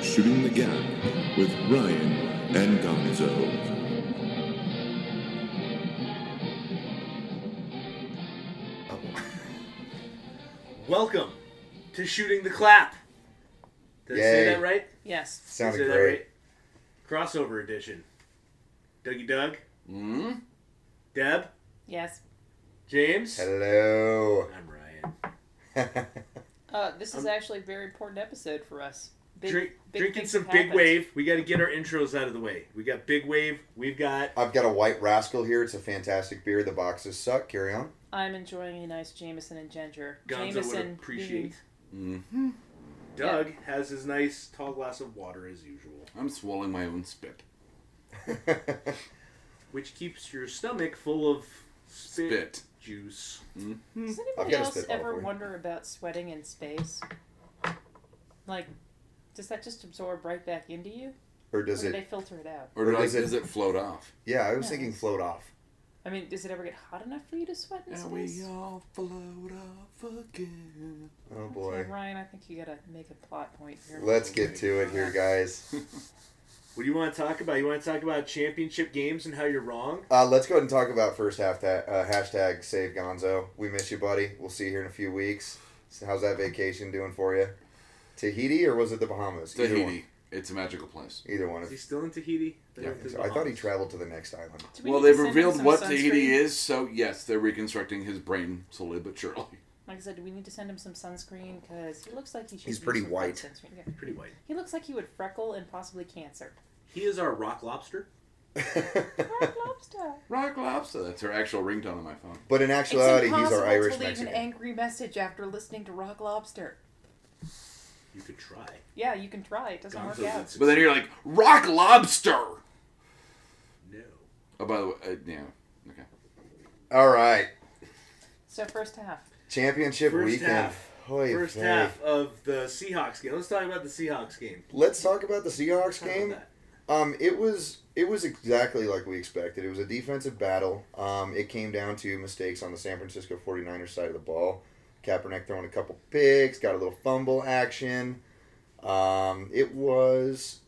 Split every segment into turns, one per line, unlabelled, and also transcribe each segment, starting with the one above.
Shooting the Gap with Ryan and Gonzo.
Welcome to Shooting the Clap. Did I say
Yay.
that right?
Yes.
Did I
Sounded
say
great.
that right? Crossover edition. Dougie Doug. Mm-hmm.
Hmm?
Deb.
Yes.
James.
Hello.
I'm Ryan.
Uh, this
Um,
is actually a very important episode for us. Big,
Drink,
big
drinking
things
some
have
big
happened.
wave. We got to get our intros out of the way. We got big wave. We've got
I've got a White Rascal here. It's a fantastic beer. The boxes suck. Carry on.
I'm enjoying a nice Jameson and ginger.
Gonzo
Jameson
would appreciate.
being-
Mm-hmm.
Doug has his nice tall glass of water as usual,
I'm swallowing my own spit.
which keeps your stomach full of spit,
Spit.
juice.
Does
Hmm, I've
anybody
got a
else
spitball
ever
for you.
wonder about sweating in space? Like, does that just absorb right back into you,
or does
or do they
it?
filter it out?
Or, like,
does it-
does it float off?
Yeah, I was
No.
thinking float off.
I mean, does it ever get hot enough for you to sweat in
And
space?
we all float off again.
Oh
Okay,
boy.
Ryan, I think you gotta make a plot point here.
Let's get to it here, guys.
What do you want to talk about? You want to talk about championship games and how you're wrong?
Uh, let's go ahead and talk about first half that uh, hashtag save Gonzo. We miss you, buddy. We'll see you here in a few weeks. So how's that vacation doing for you? Tahiti or was it the Bahamas? Either
Tahiti. It's a magical place.
one. Either one.
Is he still in Tahiti?
Yeah, I
I, think so. I thought he traveled to the next island.
Do we
Well,
need
they've
to send him
revealed
some
what
sunscreen?
Tahiti is, so yes, they're reconstructing his brain slowly but surely.
Like I said, do we need to send him some sunscreen? Because he looks like he should.
He's
use
pretty
some good
white.
Sunscreen. Yeah.
Pretty white.
He looks like he would freckle and possibly cancer.
He is our rock lobster.
Rock lobster.
Rock Lobster. That's her actual ringtone on my phone.
but in
It's
actuality,
impossible
he's our Irish
to leave an
Mexican.
angry message after listening to Rock Lobster.
You could try.
Yeah, you can try. It doesn't
Gonzo
work
would
out.
succeed.
But then you're like, Rock Lobster!
no.
Oh, by the way, uh, yeah. Okay.
All right.
So first half.
Championship
First
weekend.
half.
Hoy
First
vey.
half of the Seahawks game. Let's talk about the Seahawks game.
Let's talk about the Seahawks
Talk about
game.
that.
Um, it was it was exactly like we expected. It was a defensive battle. Um, it came down to mistakes on the San Francisco 49ers side of the ball. Kaepernick throwing a couple picks, got a little fumble action. Um, it was,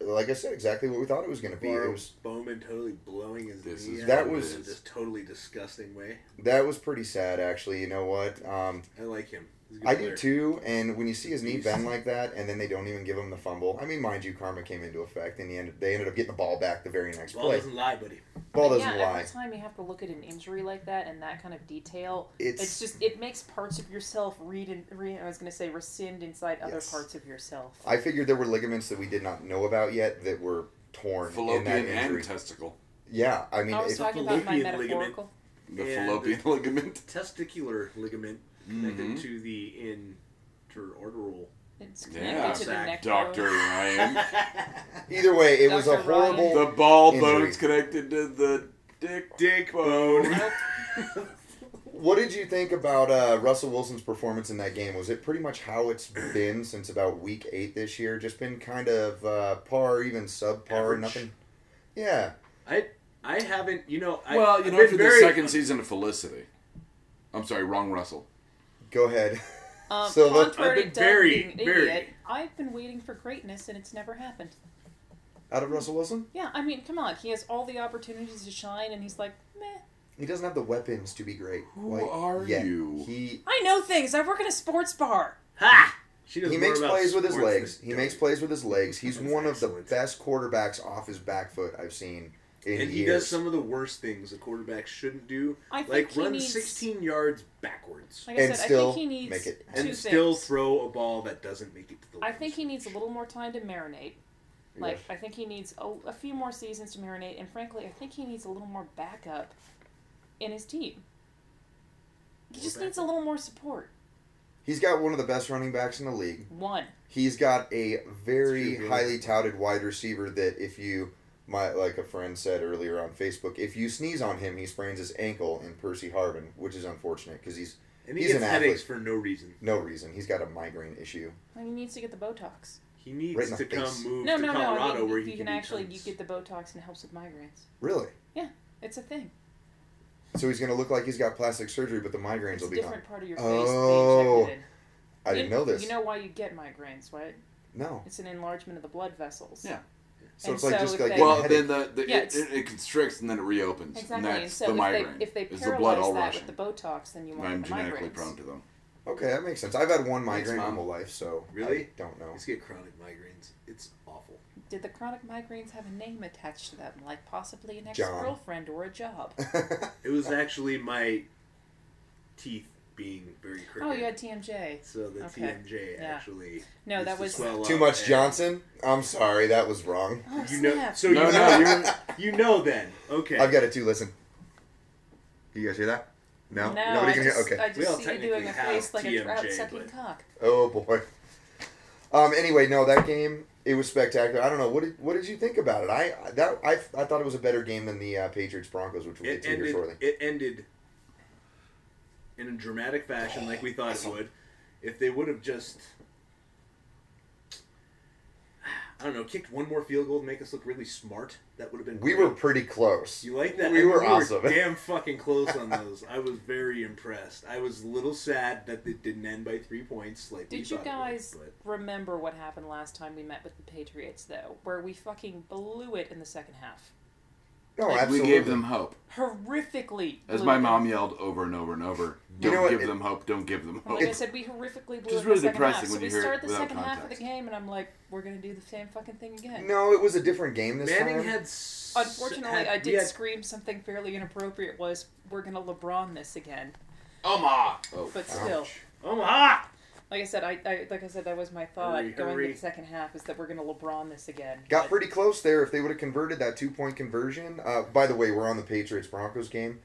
like I said, exactly what we thought it was going to be. It
Barrow
was
Bowman totally blowing his
This
knee
is
out
That
in
was-
this totally disgusting way.
that was pretty sad, actually. You know what? Um,
I like him. He's a good
I
player.
do too. And when you see his knee
He's-
bend like that, and then they don't even give him the fumble. I mean, mind you, karma came into effect, and he ended, they ended up getting the ball back the very next
Ball
play.
doesn't lie, buddy.
ball
But
doesn't
yeah,
lie.
Every time you have to look at an injury like that and that kind of detail,
It's-
it's, just it makes parts of yourself read and re I was going to say rescind inside other
Yes.
parts of yourself.
I figured there were ligaments that we did not know about yet that were torn in that
Fallopian
injury.
and testicle.
yeah, I mean,
I was
if,
talking about my
fallopian ligament.
metaphorical.
The
And-
fallopian ligament.
Testicular ligament connected
Mm-hmm.
Mhm.
to the interorbital.
It's
Yeah.
connected to the
Zach,
neck
Dr.
bone.
Ryan.
either way, it was a
Dr. Ryan.
horrible.
the ball
Injury.
bone's connected to the dick
Dick bone.
Nope.
What did you think about uh, Russell Wilson's performance in that game? Was it pretty much how it's been since about week eight this year? Just been kind of uh, par, even subpar,
Average.
nothing. Yeah,
I I haven't. You know. I,
Well,
I've
you know,
been
for
very,
the second season of Felicity. I'm sorry, wrong Russell.
go ahead.
Um,
So
so
let-
I've
contrary
been
to
very,
being an
very-
idiot, I've been waiting for greatness and it's never happened.
Out of Russell Wilson,
Yeah, I mean, come on. He has all the opportunities to shine, and he's like, meh.
he doesn't have the weapons to be great.
Who
quite
are
yet.
you?
He
I know things. I work in a sports bar.
Ha! She knows
he
more
makes
about
plays with his
sports
legs.
than
He
Doug.
makes plays with his legs. He's
That's
one of
excellent.
the best quarterbacks off his back foot I've seen in
And
years.
he does some of the worst things a quarterback shouldn't do,
I think
like
he
run
needs-
16 yards backwards
Like I
And
said,
still
I think he needs
make it.
two
and
things.
still throw a ball that doesn't make it to the.
I
line.
think he needs a little more time to marinate. Like, I think he needs a, a few more seasons to marinate, and frankly, I think he needs a little more backup in his team. He
More
just needs a
backup?
little more support.
He's got one of the best running backs in the league.
One.
He's got a
It's
very
true, really.
highly touted wide receiver that if you my like a friend said earlier on Facebook, if you sneeze on him, he sprains his ankle in Percy Harvin, which is unfortunate because he's
And he
he's
gets
an
headaches
athlete.
for no reason.
no reason. He's got a migraine issue.
And he needs to get the Botox.
He needs
Right in the
to come
face.
move
No,
to
no, no.
Colorado
I mean,
where
you
he
can
do
actually
tons.
you get the Botox and it helps with migraines.
Really?
Yeah, it's a thing.
So he's gonna look like he's got plastic surgery, but the migraines
It's a
will be gone.
different part of your face. that they
Oh,
injected in.
I didn't
You-
know this.
You know why you get migraines, right?
No.
It's an enlargement of the blood vessels.
Yeah.
So
And
it's like
so
just
if
like
they-
a
Well,
headache.
then the, the
Yeah,
it,
it's-
it, it constricts and then it reopens.
Exactly.
And
and
that's
so
the
if
migraine.
they if they
Is
paralyze
the blood all
that
rushing?
with the Botox, then you won't
I'm
have the
genetically
migraines.
prone to them.
Okay, that makes sense. I've had one migraine my
Mom.
whole life, so
Really?
I don't know.
Let's get chronic migraines. It's awful.
Did the chronic migraines have a name attached to them, like possibly an
John.
ex-girlfriend or a job?
It was
Oh.
actually my teeth being very crooked.
Oh, you had TMJ.
So the
Okay.
TMJ
Yeah.
actually.
No,
used
that
to
was.
swell
Too
up
much
and-
Johnson. I'm sorry, that was wrong.
Oh,
You know,
snap.
so
No,
you
no,
know, you know then. Okay.
I've got it too. Listen, you guys hear that? No,
No,
nobody
I
can
just,
hear. Okay.
I
We all
just see you doing
technically
a
have
face like a
TMJ,
trout sucking
but-
cock.
Oh boy. Um. Anyway, no, that game it was spectacular. I don't know what did what did you think about it? I that I, I thought it was a better game than the uh, Patriots Broncos, which we'll get
it
to here
ended.
shortly.
It ended in a dramatic fashion, like we thought it would. If they would have just, I don't know, kicked one more field goal to make us look really smart, that would have been.
We
great.
were pretty close.
You like that?
We
I mean,
were awesome.
damn fucking close on those. I was very impressed. I was a little sad that it didn't end by three points. Like we
Did you
thought it would,
guys
but-
remember what happened last time we met with the Patriots, though, where we fucking blew it in the second half?
No,
we
Oh, absolutely.
gave them hope.
Horrifically.
As
blew
my
it.
mom yelled over and over and over,
You
don't
know what,
give
it-
them hope, don't give them hope.
Like I said, we horrifically blew
is
it in
really
the second
depressing
half. So
when
we
you hear it
start the
without
second half of the
context.
game, and I'm like, we're going to do the same fucking thing again.
No, it was a different game this
Manning
time.
had. s-
Unfortunately,
had-
I
we
did
had-
scream something fairly inappropriate. Was we're gonna LeBron this again?
Omaha! Oh,
But still,
Ouch.
Oh Omaha.
like I said, I, I like I said that was my thought
Hurry,
going
hurry.
into the second half is that we're gonna LeBron this again.
Got
But
pretty close there. If they would have converted that two point conversion, uh, by the way, we're on the Patriots Broncos game.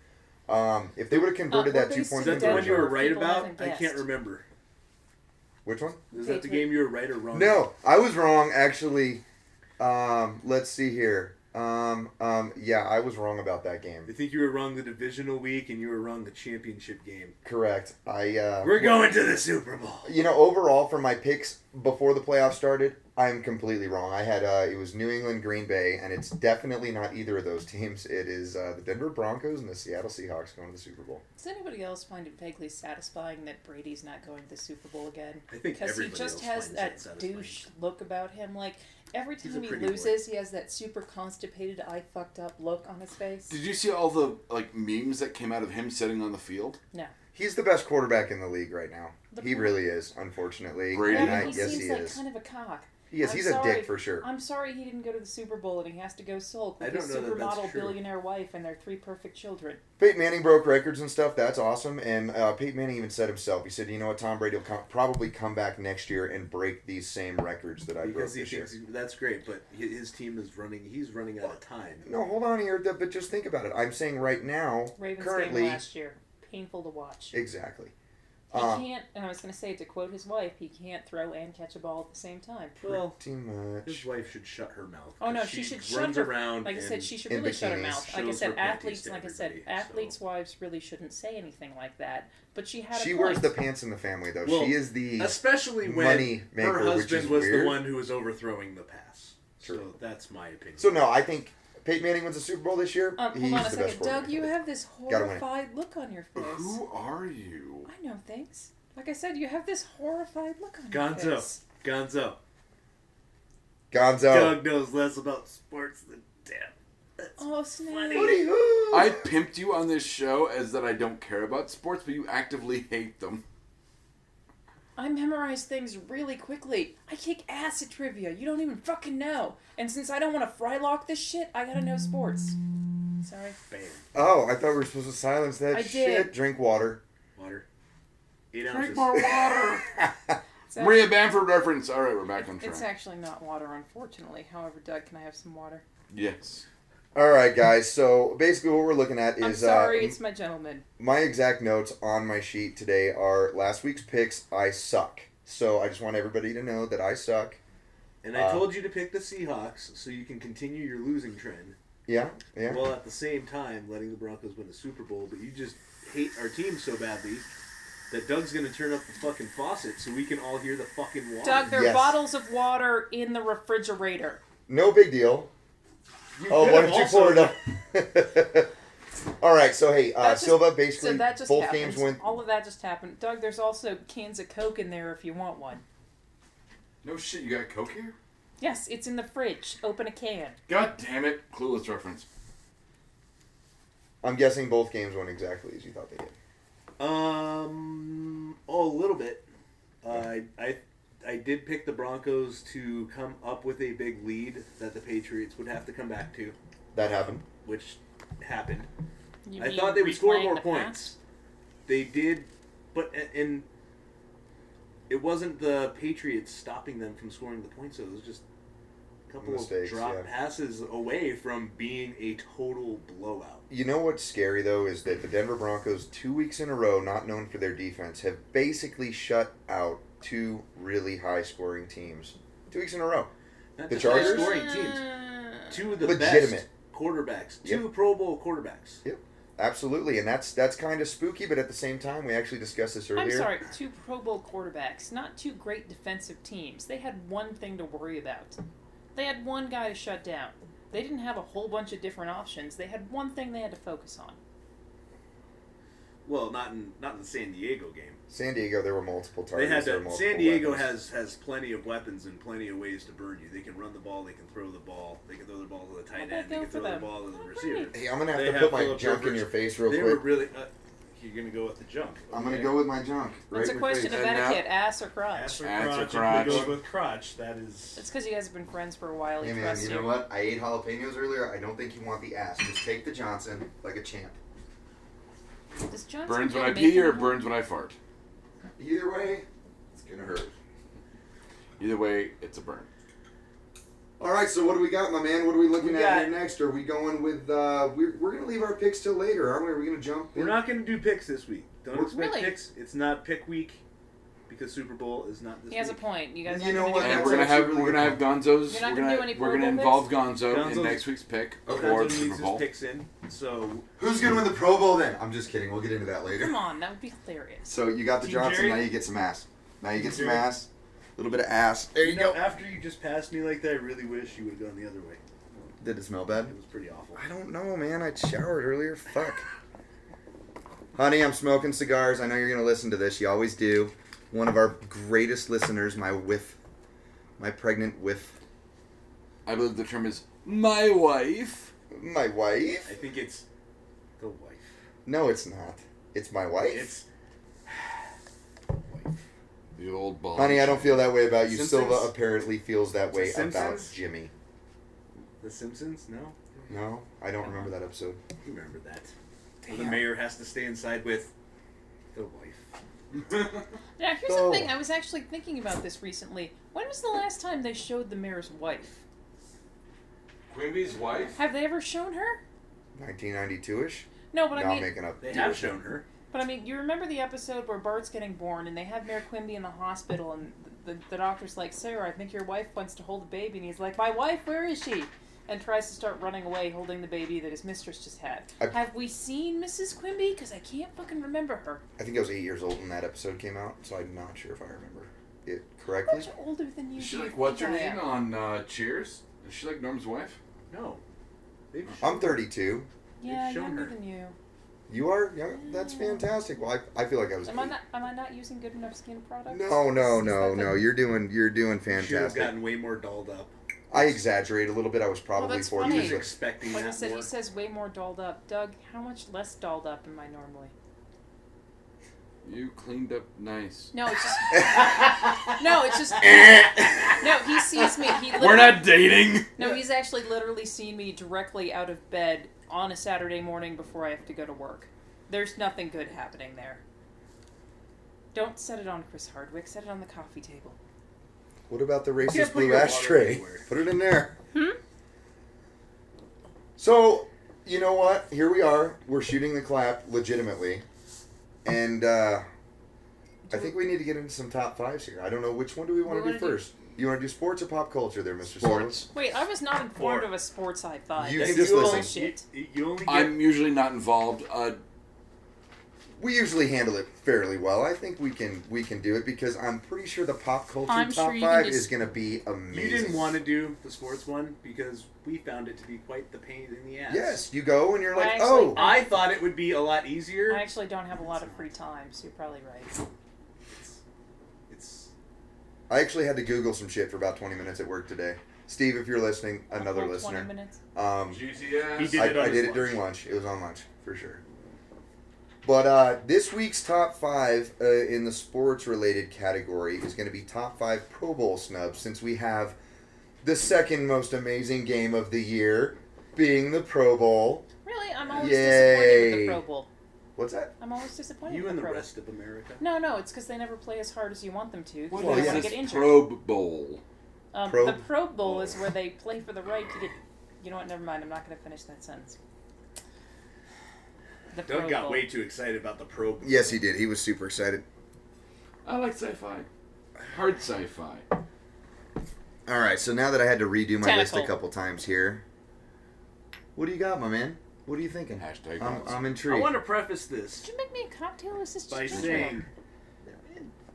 Um, if they would have converted
Uh,
that two
we're
point
Is that the
Denver
one you
conversion,
were right
people
about?
haven't
I can't
guessed.
remember.
which one?
Is that the
Patriot.
game you were right or wrong?
No, I was wrong actually. Um, let's see here. Um, um, yeah, I was wrong about that
I
game.
think you were wrong the divisional week and you were wrong the championship game.
Correct. I uh,
We're going to the Super Bowl.
you know, overall for my picks before the playoffs started, I'm completely wrong. I had uh, it was New England, Green Bay, and it's definitely not either of those teams. It is uh, the Denver Broncos and the Seattle Seahawks going to the Super Bowl.
Does anybody else find it vaguely satisfying that Brady's not going to the Super Bowl again?
I think
Because he
everybody
just
else
has
finds
that
satisfying.
douche look about him. Like every
He's a
time he
pretty boy.
loses, he has that super constipated, I fucked up look on his face.
Did you see all the like memes that came out of him sitting on the field?
He's the best quarterback in the league right now.
The
He
point-
really is, unfortunately.
Brady.
Yeah,
And
but
I-
he
yes,
seems
he
like
is.
kind of a cock.
He is.
I'm
He's a
sorry.
dick for sure.
I'm sorry he didn't go to the Super Bowl and he has to go sulk
I
with
don't
his
know that that's
supermodel
true.
billionaire wife and their three perfect children.
Peyton Manning broke records and stuff. That's awesome. And uh, Peyton Manning even said himself, he said, you know what, Tom Brady will come, probably come back next year and break these same records that I broke
Because he
this year.
thinks that's great, but hi- his team is running. He's running out of time.
No, hold on here, th- but just think about it. I'm saying right now,
Ravens
currently,
game last year. Painful to watch.
exactly.
He
Uh,
can't, and I was going to say, to quote his wife, he can't throw and catch a ball at the same time.
Well,
Too much.
his wife should shut her mouth.
Oh no,
'cause
she, should shut
runs
her.
around.
like I
and-
said, she should
in
really shut her
bikinis.
mouth. Like I
Shows her
said,
panties
athletes.
to
Like I said,
everybody,
athletes'
so-
wives really shouldn't say anything like that. But she had.
She
a
wears
point. Um,
the pants in the family, though.
Well,
she is the.
especially when
money maker,
her
which is
husband was
weird.
the one who was overthrowing the pass.
True.
So that's my opinion.
So, no, I think Peyton Manning wins the Super Bowl this year.
Um,
he's
hold on
the
a
best
second, Doug.
quarterback.
You have this
Gotta win it.
horrified look on your face.
Who are you?
I know things. Like I said, you have this horrified look on your
Gonzo,
face.
Gonzo,
Gonzo.
Doug knows less about sports than damn. That's
Oh snap!
Hooty-hoo.
I pimped you on this show as that I don't care about sports, but you actively hate them.
I memorize things really quickly. I kick ass at trivia. You don't even fucking know. And since I don't want to frylock this shit, I gotta know sports. Sorry.
bam.
Oh, I thought we were supposed to silence that
I did.
shit. Drink water.
Water. Eight
Drink
ounces.
more water.
It's actually,
Maria Bamford reference. All right, we're back on track.
it's actually not water, unfortunately. However, Doug, can I have some water?
yes.
All right, guys. So basically, what we're looking at is
I'm sorry,
uh,
it's my gentleman.
my exact notes on my sheet today are last week's picks. I suck. So I just want everybody to know that I suck.
And I
Uh,
told you to pick the Seahawks so you can continue your losing trend,
Yeah, yeah.
while at the same time letting the Broncos win the Super Bowl. But you just hate our team so badly that Doug's gonna turn up the fucking faucet so we can all hear the fucking water.
Doug, there
Yes.
are bottles of water in the refrigerator.
No big deal.
You
Oh,
could
why
have
don't you
also-
pour it up? All right. So hey, uh,
That's just-
Silva basically
So that just
both
happens.
games went.
All of that just happened. Doug, there's also cans of Coke in there if you want one.
No shit, you got Coke here?
Yes, it's in the fridge. Open a can.
God damn it. Clueless reference.
I'm guessing both games went exactly as you thought they did.
Um, oh, a little bit. I I, I did pick the Broncos to come up with a big lead that the Patriots would have to come back to,
That happened.
which happened.
You
I
mean
thought they would score
replaying
more
the
points. They did, but a- and it wasn't the Patriots stopping them from scoring the points. though. It was just a couple
Mistakes,
of drop
yeah.
passes away from being a total blowout.
You know what's scary though is that the Denver Broncos, two weeks in a row, not known for their defense, have basically shut out two really high scoring teams. Two weeks in a row.
Not
The
just high
Chargers?
scoring
past.
teams.
Uh,
Two of the best
Legitimate.
quarterbacks.
Yep.
Two Pro Bowl quarterbacks.
Absolutely, and that's that's kind of spooky, but at the same time, we actually discussed this earlier.
I'm sorry, two Pro Bowl quarterbacks, not two great defensive teams. They had one thing to worry about. They had one guy to shut down. They didn't have a whole bunch of different options. They had one thing they had to focus on.
Well, not in not in the San Diego game.
San Diego, there were multiple
They
targets.
had
there were
to,
multiple
San Diego has
weapons.
has plenty of weapons and plenty of ways to burn you. They can run the ball. They can throw the ball. They can throw the ball to the tight
How'd that
end. They
go
can
for
throw the
them?
ball to the
All
receiver.
right.
Hey, I'm gonna have
they
to
have
put my
Phillip
junk in
Rivers.
your face real
They were
quick.
really. Uh, you're gonna go with the junk.
I'm gonna
Okay.
go with my junk. Right
That's
in your
a question
face.
of
And now-
etiquette, ass or crotch.
Ass or
Ass or
crotch.
crotch.
If we go with crotch, that is.
It's because you guys have been friends for a while.
Hey
He
man,
trusts
you know what? I ate jalapenos earlier. I don't think you want the ass. Just take the Johnson like a champ.
Does Johnson
Burns when
get
I pee or
bacon?
burns when I fart?
Either way, it's gonna hurt.
Either way, it's a burn.
All right, so what do we got, my man? What are we looking
We
at
got-
here next? Are we going with? uh We're, we're gonna leave our picks till later, aren't we? Are we gonna jump?
We're
in?
not gonna do picks this week. Don't
We're-
expect
Really?
picks. It's not pick week because Super Bowl is not this
He has a
week.
point. You guys
You
aren't
know
gonna
what?
do
And
that's
we're gonna
actually
have
really
we're gonna have Gonzo's.
You're not
we're
gonna
gonna,
do any
we're gonna
Pro Bowl
involve Gonzo
Gonzo
in next week's pick
Okay.
for
Gonzo
the
needs
Super
his
Bowl.
picks in. So
Who's gonna win the Pro Bowl then? I'm just kidding. We'll get into that later.
Come on, that would be hilarious.
So you got the
Team
Johnson.
Jerry?
Now you get some ass. Now you get
Team
some
Jerry?
ass. A little bit of ass. There you
know,
go.
after you just passed me like that, I really wish you would have gone the other way.
Did it smell
It
bad?
was pretty awful.
I don't know, man. I showered earlier. Fuck. Honey, I'm smoking cigars. I know you're gonna listen to this. You always do. One of our greatest listeners, my whiff, my pregnant whiff,
I believe the term is my wife.
my
I
wife.
think it's the wife.
No, it's not. It's my wife.
It's
The old ball.
Honey, I don't feel that way about you.
Simpsons?
Silva apparently feels that way about
Simpsons?
Jimmy.
The Simpsons? No,
No, I don't remember that episode.
you remember that. Where the mayor has to stay inside with the wife.
Now, here's
So-
the thing. I was actually thinking about this recently. When was the last time they showed the mayor's wife?
Quimby's wife.
Have they ever shown her?
1992-ish.
No,
No,
but I
I'm
mean,
making up.
They have shown her.
but I mean, you remember the episode where Bart's getting born, and they have Mayor Quimby in the hospital, and the, the, the doctor's like, "Sarah, I think your wife wants to hold the baby," and he's like, "My wife, where is she?" And tries to start running away, holding the baby that his mistress just had.
I-
Have we seen Mrs. Quimby? Because I can't fucking remember her.
I think I was eight years old when that episode came out, so I'm not sure if I remember it
How
correctly.
much older than you?
Is she
do you
like what's her
think I am?
name on uh, Cheers? Is she like Norm's wife?
No. They've shown
I'm 32.
Yeah,
They've shown
younger
her.
than you.
You are? Yeah, that's fantastic. Well, I, I feel like I was.
Am I
eight.
not? Am I not using good enough skin products?
No, no,
Is
no,
that the-
no. You're doing, you're doing
You should have
fantastic.
gotten way more dolled up.
I exaggerate a little bit. I was probably
that's
40
funny.
He was
years old.
expecting
Like
that
I said,
more.
he says way more dolled up. Doug, how much less dolled up am I normally?
You cleaned up nice.
No, it's just. no, it's just. no, he sees me. He
We're
literally,
not dating.
No, he's actually literally seen me directly out of bed on a Saturday morning before I have to go to work. There's nothing good happening there. Don't set it on Chris Hardwick. Set it on the coffee table.
What about the
can't
racist
put
blue
your water
ashtray?
anywhere.
Put it in there.
Hmm?
So, you know what? Here we are. We're shooting the clap legitimately. And uh, I think we need to get into some top fives here. I don't know which one do we want
We
to do
wanna do-
first. You want to do sports or pop culture there, Mr.
Sports.
Wait, I was not informed
Or-
of a sports high five.
You
This
can
is
just listen.
bullshit.
You, you only get
I'm usually not involved. Uh,
Sullivan? We usually handle it fairly well. I think we can we can do it because I'm pretty sure the pop culture
I'm
top
sure you can
five
just-
is going to be amazing.
You didn't want to do the sports one because we found it to be quite the pain in the ass.
Yes, you go and you're like,
I actually-
oh,
I thought it would be a lot easier.
I actually don't have a lot of free time, so you're probably right.
it's, it's
I actually had to Google some shit for about 20 minutes at work today. Steve, if you're listening, another
Like
listener.
Twenty minutes.
Um,
GTS.
He did
I,
it on
I
his
did it
lunch.
during lunch. It was on lunch for sure. But uh, this week's top five uh, in the sports-related category is going to be top five Pro Bowl snubs, since we have the second most amazing game of the year, being the Pro Bowl.
Really, I'm always disappointed with
Yay.
the Pro Bowl.
What's that?
I'm always disappointed.
You
with
and the
Pro Bowl.
rest of America.
No, no, it's because they never play as hard as you want them to.
What
they
Well,
is
don't wanna
this
get injured.
Probe Bowl?
um,
Pro-
the Pro Bowl is where they play for the right to get. You know what? Never mind. I'm not going to finish that sentence. The Pro
Doug got
Bowl.
way too excited about the Pro Bowl.
Yes, he did. He was super excited.
I like sci-fi. Hard sci-fi.
All right, so now that I had to redo my list a
Tentacle.
couple times here, what do you got, my man? What are you thinking?
Hashtag
I'm,
thoughts.
I'm
I
intrigued.
want to preface this
Did you make me a cocktail? Or is this just
by
ginger ale?
saying,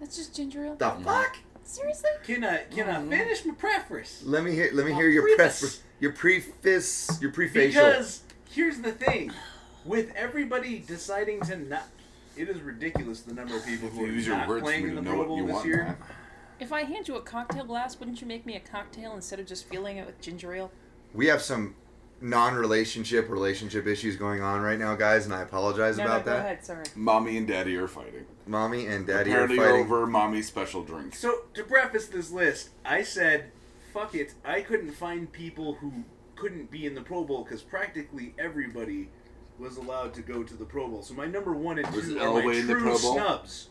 That's just ginger ale.
the fuck?
Seriously?
can I can
Mm-hmm.
I finish my preface?
Let me hear. Let me
I'll
hear your
preface.
preface. Your preface. Your prefacial.
Because here's the thing, with everybody deciding to not, it is ridiculous the number of people
If
who
you
are
use your
not
words for
playing
me
in the
to know
Pro
what
Bowl
you
this
want.
year.
Matt.
If I hand you a cocktail glass, wouldn't you make me a cocktail instead of just filling it with ginger ale?
we have some non-relationship relationship issues going on right now, guys, and I apologize
No,
about
no,
that.
go ahead. Sorry.
Mommy and daddy are fighting.
Mommy and Daddy are
Apparently
fighting.
over mommy's special drinks.
So to preface this list, I said, "Fuck it." I couldn't find people who couldn't be in the Pro Bowl because practically everybody was allowed to go to the Pro Bowl. So my number one and two
Was
are my
Elway in the
true
Pro Bowl?
snubs.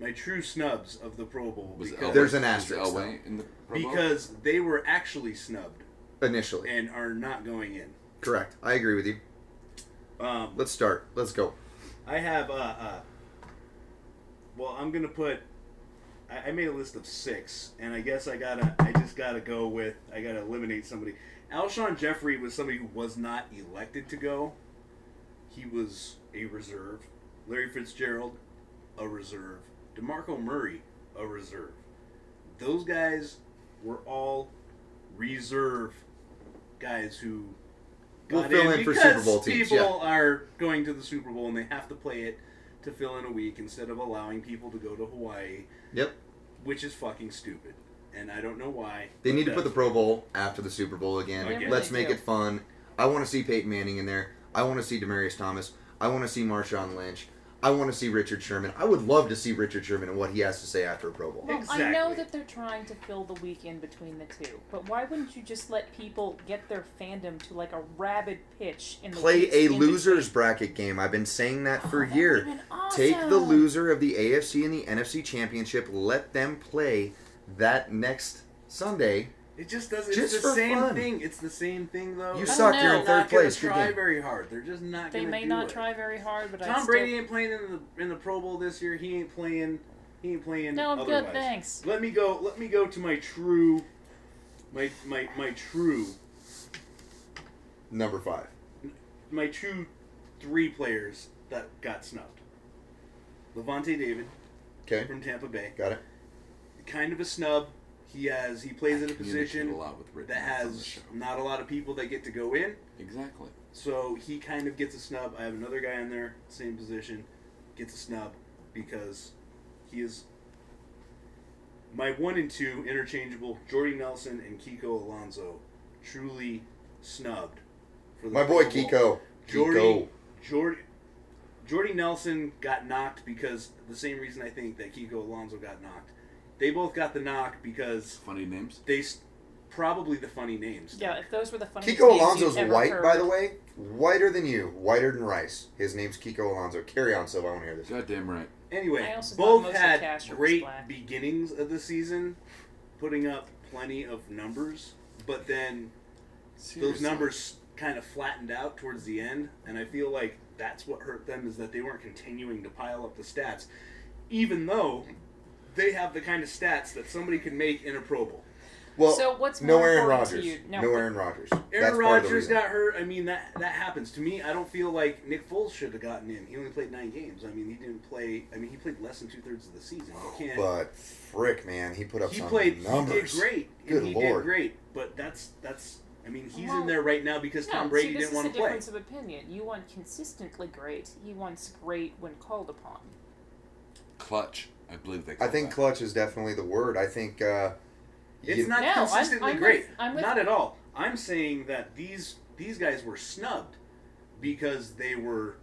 My true snubs of the Pro Bowl
Was
because,
Elway,
There's an
was
asterisk,
Elway in the Pro Bowl?
because they were actually snubbed
Initially,
and are not going in.
correct. I agree with you.
Um,
Let's start. Let's go.
I have uh, uh well I'm gonna put I, I made a list of six and I guess I gotta I just gotta go with I gotta eliminate somebody. Alshon Jeffrey was somebody who was not elected to go. He was a reserve. Larry Fitzgerald, a reserve. DeMarco Murray, a reserve. Those guys were all reserve guys who
We'll
got
fill in for
because
Super Bowl teams,
People
yeah.
are going to the Super Bowl and they have to play it to fill in a week instead of allowing people to go to Hawaii,
Yep.
which is fucking stupid. And I don't know why.
They
but
need to put the
that's-
Pro Bowl after the Super Bowl again.
They
Let's
really
make
do.
it fun. I want to see Peyton Manning in there. I want to see Demarius Thomas. I want to see Marshawn Lynch. I want to see Richard Sherman. I would love to see Richard Sherman and what he has to say after a Pro Bowl.
Well, I
Exactly.
know that they're trying to fill the week in between the two, but why wouldn't you just let people get their fandom to like a rabid pitch in the
Play
weeks
a
in between?
losers bracket game. I've been saying that for
Oh, that
years.
would've been awesome.
Take the loser of the AFC and the NFC championship. Let them play that next Sunday.
It just doesn't.
Just
it's
for
the same
fun.
thing. It's the same thing though.
You
They're
suck.
know.
You're in
not
third
gonna
place. Good
Try
game.
very hard. They're just not.
They
gonna
may
do
not
it.
try very hard, but I
Tom
still...
Brady ain't playing in the in the Pro Bowl this year. He ain't playing. He ain't playing.
No, I'm
otherwise.
good, thanks.
Let me go. Let me go to my true, my my my true,
Number five.
my true three players that got snubbed. Levante David
Okay.
from Tampa Bay,
Got it.
kind of a snub. He has he plays at a
Communicate
position
a lot with Rick
that
Mack on the
has
show.
not a lot of people that get to go in.
exactly.
So he kind of gets a snub. I have another guy in there, same position, gets a snub because he is my one and two interchangeable. Jordy Nelson and Kiko Alonso truly snubbed. For the
My boy
Pro Bowl.
Kiko.
Jordy,
Kiko.
Jordy, Jordy Nelson got knocked because the same reason I think that Kiko Alonso got knocked. They both got the knock because
Funny names.
they s- probably the funny names.
Yeah, if those were the funniest
Kiko
names
Alonso's
you've ever
white,
heard.
by the way. Whiter than you. Whiter than rice. His name's Kiko Alonso. Carry on, so I want to hear this.
Goddamn right.
Anyway,
I also thought
both
Mostert
had
Kasher was
great
black.
beginnings of the season, putting up plenty of numbers, but then those
Seriously.
numbers kind of flattened out towards the end, and I feel like that's what hurt them is that they weren't continuing to pile up the stats, even though they have the kind of stats that somebody can make in a Pro Bowl.
Well,
So what's
no
more
Aaron
important to
Rodgers.
you?
No.
No.
Aaron Rodgers.
Aaron
part of the
Rodgers
reason.
got hurt. I mean, that that happens to me. I don't feel like Nick Foles should have gotten in. He only played nine games. I mean, he didn't play. I mean, he played less than two thirds of the season. You can't.
But frick, man, he put up
he
some
played
numbers.
he did great and
Good
he did
lord.
great but that's that's i mean he's
Well,
in there right now because tom brady
see, this
didn't
is
want
a
to play
difference of opinion. You want consistently great. He wants great when called upon.
Clutch. I believe they.
I
call
think
that.
clutch is definitely the word. I think uh,
It's
you-
not
No, I'm-
consistently
I'm with-
great.
I'm with-
not at all. I'm saying that these these guys were snubbed because they were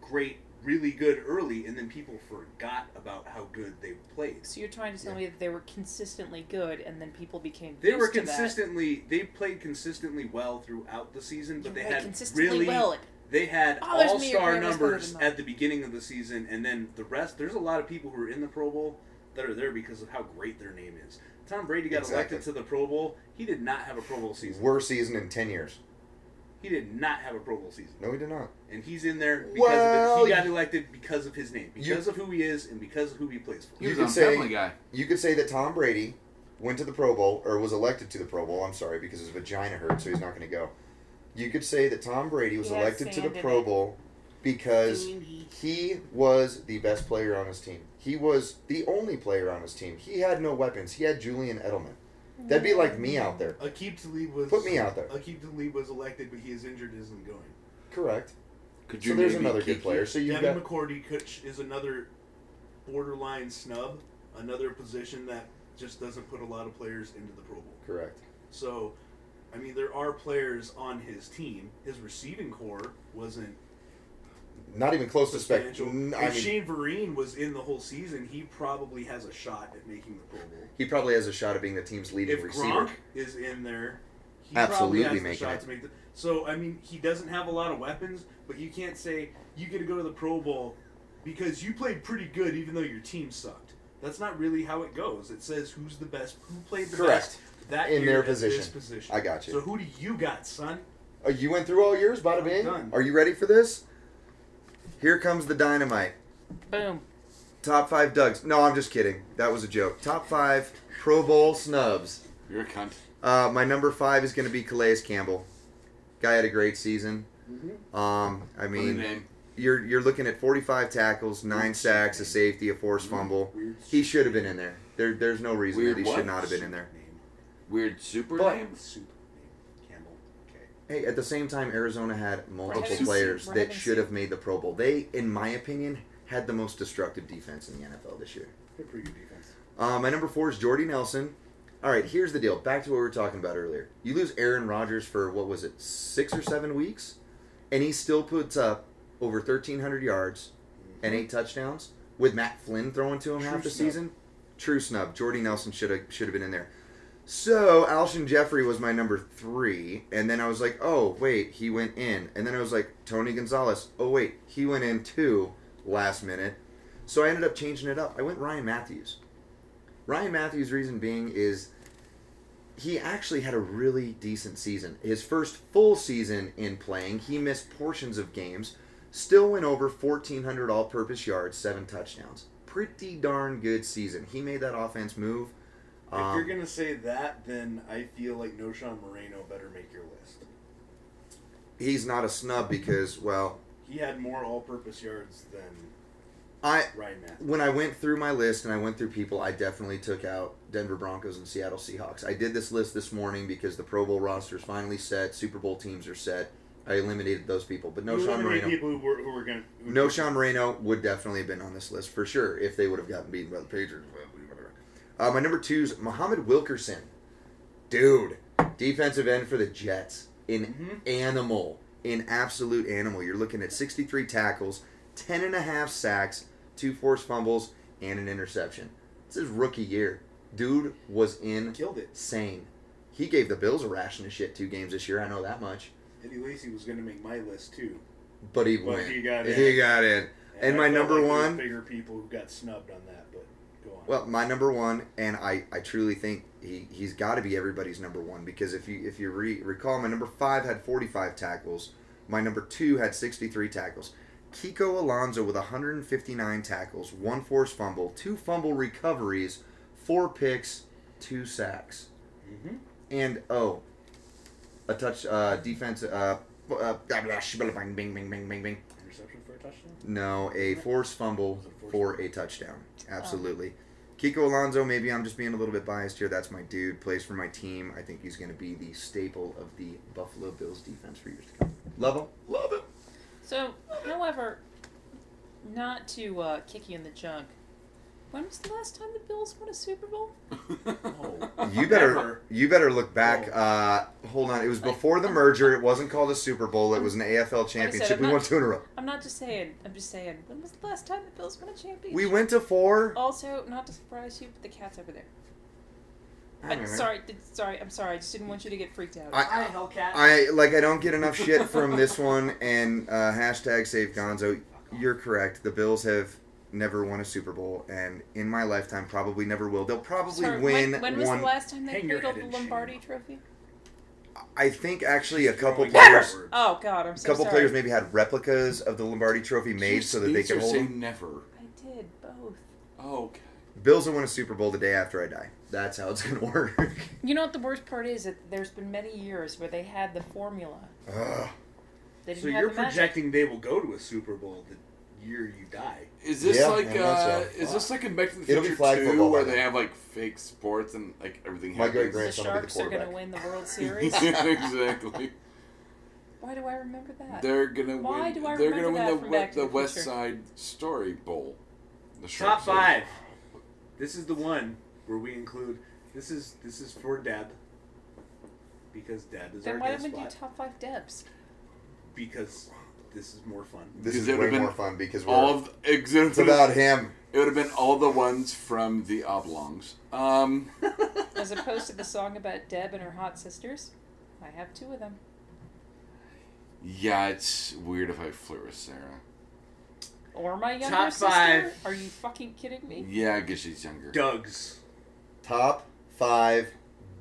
great, really good early, and then people forgot about how good they played.
So you're trying to tell me that they were consistently good, and then people became
They
used
were
to that.
consistently. They played consistently well throughout the season, but they
You're right,
had
consistently
really
well. It-
they had
Oh, there's
all
me, your
star
grandma's better
numbers
than mine.
at the beginning of the season, and then the rest. There's a lot of people who are in the Pro Bowl that are there because of how great their name is. Tom Brady got
Exactly.
elected to the Pro Bowl. He did not have a Pro Bowl season.
worst season in ten years.
He did not have a Pro Bowl season,
No, we did not.
and he's in there because of
Well,
it. he got elected because of his name, because of who he is, and because of who he plays for.
he
you
was
could
on
say-
Family Guy.
You could say that Tom Brady went to the Pro Bowl or was elected to the Pro Bowl. I'm sorry because his vagina hurt, so he's not going to go. You could say that Tom Brady was
He has
elected to the
sand in
Pro
it.
Bowl because he was the best player on his team. He was the only player on his team. He had no weapons. He had Julian Edelman. That'd be like me out there.
Akeem Talib was
Put me out there.
Akeem Talib was elected, but he is injured, and isn't going.
Correct.
Could you
So there's
name me
another
Kiki?
good player. So you've
Devin
got
McCourty could- is another borderline snub, another position that just doesn't put a lot of players into the Pro Bowl.
correct.
So, I mean, there are players on his team. His receiving core wasn't
Not even close to spec.
substantial.
n- I
if
mean,
Shane Vereen was in the whole season, he probably has a shot at making the Pro Bowl.
he probably has a shot at being the team's leading
If
receiver.
Gronk is in there, he
Absolutely
probably has the
making
shot
it.
to make the. So I mean, he doesn't have a lot of weapons, but you can't say you get to go to the Pro Bowl because you played pretty good, even though your team sucked. That's not really how it goes. It says who's the best, who played the
Correct.
best that
In their
year at this
position.
position.
I got you.
So who do you got, son?
Uh, you went through all yours, bada
I'm
bing.
done.
Are you ready for this? Here comes the dynamite.
Boom.
Top five Dugs. No, I'm just kidding. That was a joke. Top five Pro Bowl snubs.
You're a cunt.
Uh, my number five is going to be Calais Campbell. Guy had a great season.
Mm-hmm.
Um, I
Funny
mean,
name.
you're you're looking at 45 tackles, nine sacks, a safety, a forced fumble. He should have been in there. There, there's no reason
Weird
that he
what?
should not have been in there.
Name,
Weird super
But-
name.
soup, name, Campbell. Okay.
Hey, at the same time, Arizona had multiple
having-
players
we're
that
having
should
soup.
have made the Pro Bowl. They, in my opinion, had the most destructive defense in the NFL this year.
They're pretty good defense.
Uh, my number four is Jordy Nelson. All right, here's the deal. Back to what we were talking about earlier. You lose Aaron Rodgers for what was it, six or seven weeks, and he still puts up over 1,300 yards and eight touchdowns with Matt Flynn throwing to him
True
half the
snub.
season. True snub. Jordy Nelson should have should have been in there. So Alshon Jeffrey was my number three, and then I was like, oh wait, he went in, and then I was like, Tony Gonzalez. Oh wait, he went in too last minute. So I ended up changing it up. I went Ryan Matthews. Ryan Matthews' reason being is he actually had a really decent season. His first full season in playing, he missed portions of games, still went over 1,400 all purpose yards, seven touchdowns. Pretty darn good season. He made that offense move.
if you're
Um,
gonna say that, then I feel like No. Sean Moreno better make your list.
he's not a snub because, well,
He had more all-purpose yards than
I
Ryan Matthews.
when I went through my list and I went through people, I definitely took out Denver Broncos and Seattle Seahawks. I did this list this morning because the Pro Bowl roster is finally set, Super Bowl teams are set. I eliminated those people, but no
You
Sean
eliminate
Moreno.
people who were, who were gonna who-
No Sean Moreno would definitely have been on this list for sure if they would have gotten beaten by the Patriots. Uh, my number two is Muhammad Wilkerson. Dude, defensive end for the Jets. An
Mm-hmm.
animal. An absolute animal. You're looking at 63 tackles, 10 and a half sacks, two forced fumbles, and an interception. This is rookie year. Dude was
killed it.
insane. He gave the Bills a ration of shit two games this year. I know that much.
Eddie Lacy was gonna make my list too.
But he
But
went.
he got in.
He got in. And
I
my
felt
number
like there was
one-
bigger people who got snubbed on that, but go on.
Well, my number one, and I, I truly think he, he's got to be everybody's number one because if you if you re- recall, my number five had 45 tackles, my number two had 63 tackles. Kiko Alonso with 159 tackles, one forced fumble, two fumble recoveries, four picks, two sacks,
Mhm.
and oh, a touch uh, defense. Uh, uh, bing, bing, bing, bing, bing, bing.
interception for a touchdown.
No, a forced fumble
Was it forced
for a touchdown. Absolutely. Kiko Alonso, maybe I'm just being a little bit biased here. That's my dude. Plays for my team. I think he's going to be the staple of the Buffalo Bills defense for years to come. Love him.
Love it.
So, however, not to uh, kick you in the junk, When was the last time the Bills won a Super Bowl?
You better
Never.
you better look back. Uh, hold on, it was before the merger. It wasn't called a Super Bowl. It was an AFL championship.
I'm
We
not-
won two in a row.
I'm not just saying. I'm just saying. When was the last time the Bills won a championship?
We went to four.
Also, not to surprise you, but the cat's over there.
I
I,
remember.
sorry, did, sorry. I'm sorry. I just didn't want you to get freaked out.
I,
Hellcat.
I like I don't get enough shit from this one and uh, hashtag save Gonzo. You're correct. The Bills have never won a Super Bowl, and in my lifetime, probably never will. They'll probably
Sorry,
win
when, when was
one.
the last time they
Hang your
cradled
head
the
in shame.
Lombardi Trophy?
I think actually a couple
Throwing
players,
backwards.
Oh God, I'm
a
so
couple
sorry.
players maybe had replicas of the Lombardi Trophy made so that they could hold.
say
them.
never.
I did both.
Oh, okay.
Bills will win a Super Bowl the day after I die. That's how it's gonna work.
You know what the worst part is? That there's been many years where they had the formula.
Ugh.
They didn't
So
have
you're
the magic.
projecting they will go to a Super Bowl the year you die.
Is this
Yeah, I
like
think
uh,
so.
is this like in Back to the
It'll be
Future
flag
Two,
football by
where
then.
they have like fake sports and like everything?
My
happens?
the
great-grandson will be the
Sharks are going to
quarterback.
win the World Series.
yeah, exactly.
Why do I remember that?
They're gonna
Why
win.
do I
they're
remember that
gonna win
from
the,
Back to
the,
the
West
Future?
Side Story Bowl. The
Top
Sharks are-
five. This is the one where we include. This is this is for Deb. Because Deb is
then
our
why
guest
didn't we do
spot.
top five Debs?
because this is more fun.
This
Because
is
it would've
way
been
more fun because we're,
All of the,
it's about him.
It would have been all the ones from the Oblongs. Um,
As opposed to the song about Deb and her hot sisters. I have two of them.
yeah, it's weird if I flirt with Sarah.
Or my younger
Top
sister.
five.
Are you fucking kidding me?
Yeah, I guess she's younger.
Doug's.
Top five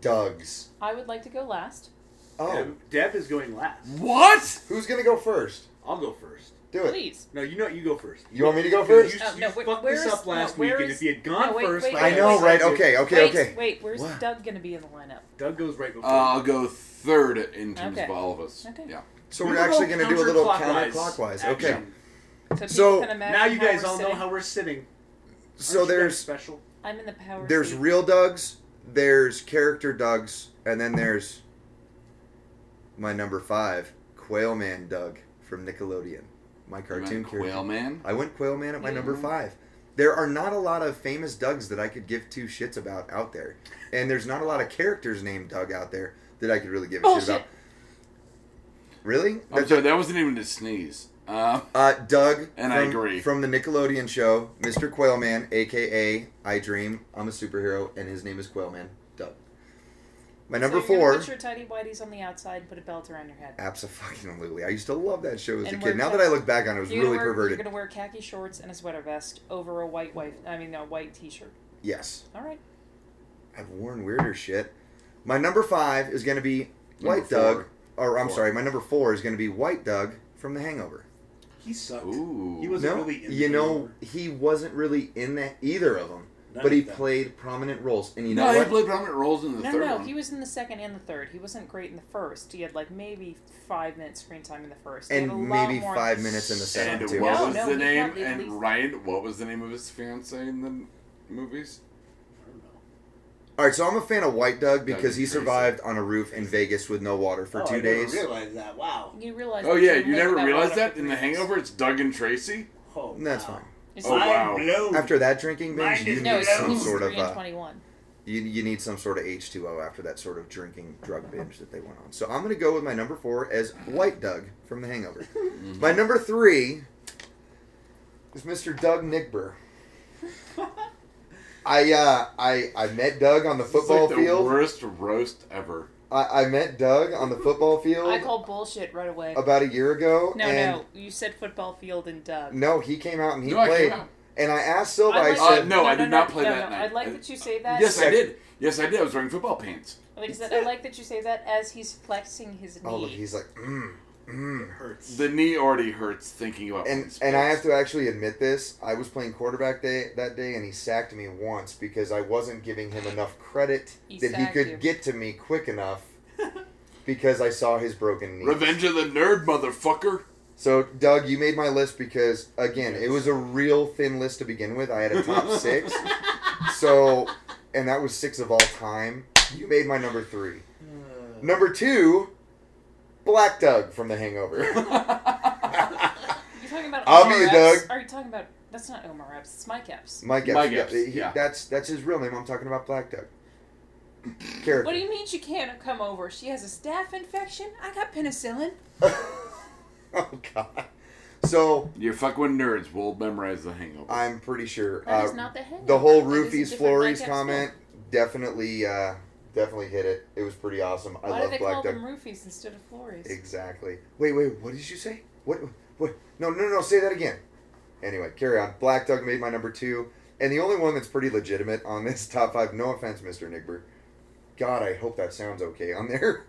Dougs.
I would like to go last.
Oh,
Deb, Deb is going last.
What?
who's gonna go first?
I'll go first.
Do it.
Please.
No, you know you go first.
You want me to go
Because
first?
You, you
No, Oh, no, wh-
fucked
where
this
is-
up last
no,
week,
where
and
is-
if you had gone
no, wait,
first,
wait,
I
I
would
wait,
know,
have
wait,
right?
said
Okay, okay,
wait,
okay.
wait, where's
What?
Doug going to be in the lineup?
Doug goes right before.
Uh, I'll go third in terms
Okay.
of all of us.
Okay.
Yeah.
So
We
we're
will
actually
go
gonna do a little
counterclockwise
counterclockwise. Okay.
action.
So,
So,
people can imagine
Now you
how
guys
we're
all know
sitting.
how we're sitting.
So
Aren't you guys
there's
special.
I'm in the power.
there's
seat.
real Dougs, there's character Dougs, and then there's my number five, Quailman Doug from Nickelodeon. My cartoon character.
Quail Man.
I went Quail Man at my number
Yeah.
five. There are not a lot of famous Dougs that I could give two shits about out there, and there's not a lot of characters named Doug out there that I could really give a shit
Bullshit.
about. Really?
I'm sorry, that wasn't even a sneeze. Uh,
Uh, Doug,
And
from,
I agree.
from the Nickelodeon show, Mr. Quailman, aka I Dream, I'm a superhero, and his name is Quailman Doug. My number
so you're gonna
four,
Put your tidy whities on the outside. and Put a belt around your head.
absolutely. I used to love that show as
And
a
wear
kid. Now
khaki-
that I look back on it, it was
you're
really
gonna wear,
perverted.
You're gonna wear khaki shorts and a sweater vest over a white wife. I mean, a white t-shirt.
Yes,
All right.
I've worn weirder shit. My number five is going to be
Number
White Doug,
four.
or I'm
Four.
sorry, my number four is going to be White Doug from The Hangover.
He sucked.
ooh.
He was-
No,
really in
you
The
know,
Hangover.
he wasn't really in that either of them,
None
but he
of them.
played prominent roles, and you know
no, he
what?
played prominent roles in the
No,
third
no,
one.
he was in the second and the third. He wasn't great in the first. He had like maybe five minutes screen time in the first. He had a
and
lot
maybe
more
five
in the
minutes in the second
and what
too.
No,
was
no,
the
he
name?
probably at
And
least-
Ryan, what was the name of his fiance in the movies?
I don't know.
All right, so I'm a fan of White Doug because
That'd be
he
crazy.
survived on a roof in Vegas with no water for
Oh,
two
I never
days.
realized that. Wow.
You realize?
Oh
that
yeah,
didn't
you
make
never
that
realized
lot of
that in The
difference.
Hangover. It's Doug and Tracy.
Oh,
And That's
wow.
fine.
It's
Oh,
not-
wow.
Mind blown.
After that drinking binge,
Mine
you
is
No,
need
it's
blown.
some
it's
sort of
three and
uh,
twenty-one.
you, you need some sort of H2O after that sort of drinking drug binge that they went on. So I'm going to go with my number four as White Doug from The Hangover. My number three is Mr. Doug Nickber. I uh, I I met Doug on the football
it's like The
field.
worst roast ever.
I, I met Doug on the football field
I call bullshit right away.
about a year ago.
No,
and
no, you said football field and Doug.
No, he came out and he
No, I came
played.
out.
And I asked Silva, I,
I'd like-
Uh,
said,
no, I did not play
no,
that
no.
night.
I'd like
I-
that you say that.
yes, I
Sec-
did. Yes, I did. I was wearing football pants.
Like I said, I like that you say that as he's flexing his knee.
all of he's like, mm, mm.
hurts.
The knee already hurts thinking about.
And and I have to actually admit this. I was playing quarterback day that day, and he sacked me once because I wasn't giving him enough credit
He
that he
sacked
could
you.
get to me quick enough because I saw his broken knee.
Revenge of the nerd, motherfucker.
So Doug, you made my list because again, it was a real thin list to begin with. I had a top six, so and that was six of all time. You made my number three. Number two, Black Doug from The Hangover.
You're talking about
I'll be
RX?
Doug.
Are you talking about? That's not Omar Epps. It's Mike Epps.
Mike Epps.
Mike
yeah,
Epps,
he-
yeah.
That's that's his real name. I'm talking about Black Duck. Character.
What do you mean she can't come over? She has a staph infection. I got penicillin.
oh God. So
You're fucking nerds. We'll memorize the hangover.
I'm pretty sure
That
uh,
is not the head.
the whole
That is a
Roofies
different
Flories
Mike Epps
comment definitely uh, definitely hit it. It was pretty awesome. I
Why do
love
they
Black
call
Duck.
them roofies instead of flories?
Exactly. Wait, wait. What did you say? What? What? No, no, no. Say that again. Anyway, carry on. Black Duck made my number two, and the only one that's pretty legitimate on this top five. No offense, Mister Nigber. God, I hope that sounds okay on there.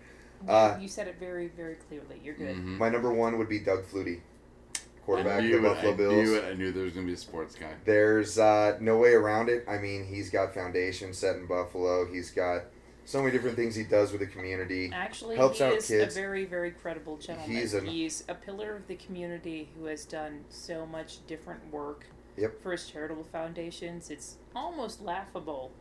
Uh, Mm-hmm.
you said it very, very clearly. You're good.
Mhm.
My number one would be Doug Flutie,
I
quarterback of the
knew it.
Buffalo
I
Bills.
knew it. I knew there was gonna be a sports guy.
There's uh, no way around it. I mean, he's got foundation set in Buffalo. He's got so many different things he does with the community.
Actually,
Helps
he
out
is
kids.
a very, very credible gentleman.
He's an-
a pillar of the community who has done so much different work
Yep.
for his charitable foundations. It's almost laughable.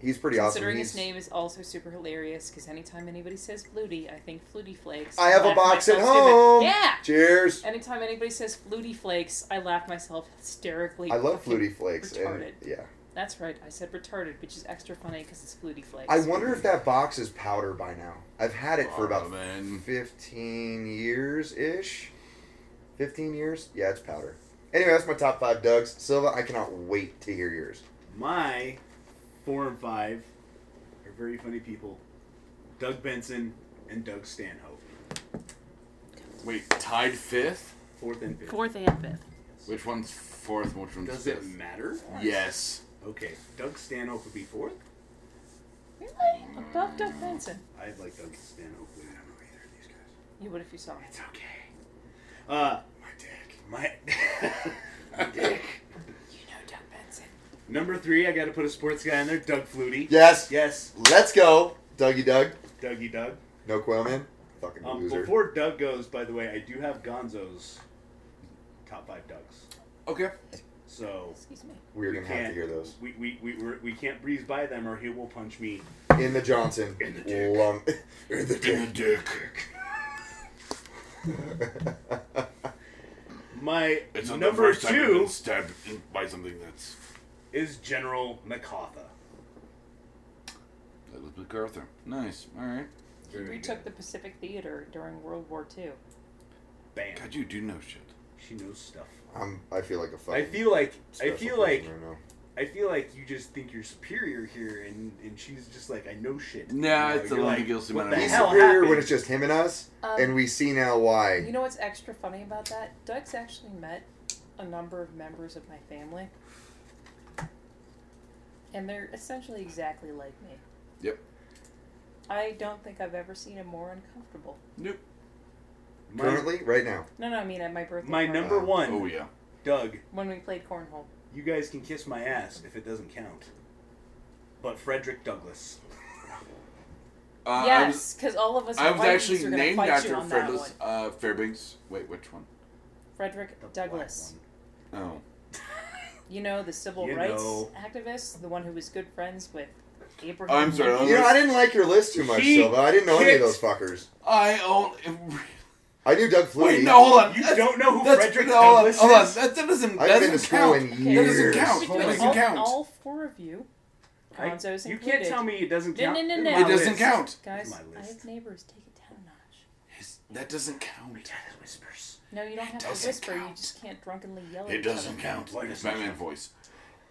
He's pretty
considering
awesome.
his
He's-
name is also super hilarious, because anytime anybody says Flutie, I think Flutie Flakes.
I have a
laugh
box at
myself stupid.
home.
Yeah!
Cheers.
Anytime anybody says Flutie Flakes, I laugh myself hysterically.
I love
fucking-
Flutie Flakes. And,
retarded.
yeah.
That's right, I said retarded, which is extra funny because it's Flutie Flakes.
I wonder if that box is powder by now. I've had it for about
Oh, man.
15 years ish. 15 years? Yeah, it's powder. Anyway, that's my top five Doug's. Silva, I cannot wait to hear yours.
My four and five are very funny people Doug Benson and Doug Stanhope.
Wait, tied fifth.
Fourth and fifth.
Fourth and fifth.
Which one's fourth? and Which one's
Does it
fifth?
matter?
Yes.
Okay, Doug Stanhope would be fourth.
Really? Above Doug Benson.
I'd like Doug Stanhope. I don't know either of these guys.
You would if you saw him.
It's okay. Uh, my dick. My, dick.
You know Doug Benson.
Number three, I got to put a sports guy in there. Doug Flutie.
Yes.
Yes,
Let's go. Dougie Doug.
Dougie Doug.
No quail man. Fucking
Um,
loser.
before Doug goes, by the way, I do have Gonzo's top five Dougs.
Okay.
So
Excuse me.
We're
we
gonna have to
can't-
hear those
We we we we're, we can't breeze by them, or he will punch me.
in the Johnson.
In the dick.
Lung- in the dick.
My
It's not
number
the first time I've
two
been stabbed in- by something that's
is General MacArthur.
that was MacArthur. Nice. All right.
He retook the Pacific Theater during World War II.
Bam.
God, you do know shit.
She knows stuff.
I'm, I feel like a fucking.
I feel like I
special
feel
person
like
right now.
I feel like you just think you're superior here, and, and she's just like, I know shit. You
Nah,
know,
it's the
you're
Linda
like,
Gilson
What the
man.
He's
hell
superior
happened?
when it's just him and us,
Um,
and we see now why.
You know what's extra funny about that? Doug's actually met a number of members of my family. And they're essentially exactly like me.
Yep.
I don't think I've ever seen him more uncomfortable.
Nope.
my,
Currently, right now.
No, no, I mean at my birthday.
my
party.
number one,
Oh yeah.
Doug.
When we played cornhole.
You guys can kiss my ass if it doesn't count. But Frederick Douglas.
Uh, I was,
yes, because all of us.
I was
whiteys
actually
are gonna
named
fight you
after
on that one.
Fredless, uh, Fairbanks. Wait, which one?
Frederick
The black
Douglass.
one.
Oh.
You know the civil
You
rights
know.
activist, the one who was good friends with Abraham.
I'm sorry,
Lincoln.
Oh,
You know,
that's-
I didn't like your list too much,
He
Silva. I didn't know any of those
kicked-
fuckers.
I own.
I knew Doug Flutie.
Wait, no, hold on.
You
That's-
don't know who
that's-
Frederick
no, hold on,
Douglass
Hold on,
is?
that, that doesn't.
I
That
haven't been to
doesn't
school
count.
in
Okay.
That
years.
doesn't count.
Between
That
Hold
doesn't
all,
count.
all four of you,
I-
Gonzo's
you
included.
can't tell me it doesn't
No,
count.
no, no,
It's
no.
my
It
It
doesn't
list.
count.
Guys,
my
I
list.
have neighbors. Take it down a notch.
That doesn't count.
Dad whispers.
No, you don't have to
doesn't
whisper. You
count.
just can't drunkenly yell. at
It
each other.
doesn't count.
Why
It's
doesn't it
Batman
count?
voice.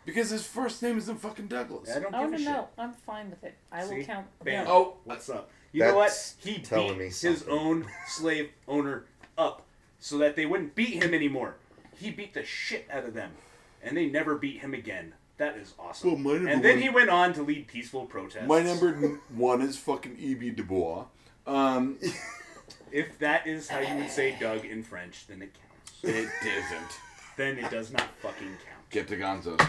Because his first name isn't fucking Douglas.
I don't
Oh
give
no,
a shit.
no, I'm fine with it. I will
See?
count.
Bam.
No.
Oh,
What's up? You know what?
That's
He
telling
beat
me
his
something.
own slave owner up so that they wouldn't beat him anymore. He beat the shit out of them, and they never beat him again. That is awesome.
Well, my number
and then
one-
he went on to lead peaceful protests.
My number n- one is fucking E E.B. Dubois. Um,
If that is how you would say Doug in French, then it counts.
it isn't.
then it does not fucking count.
Get to Gonzo's.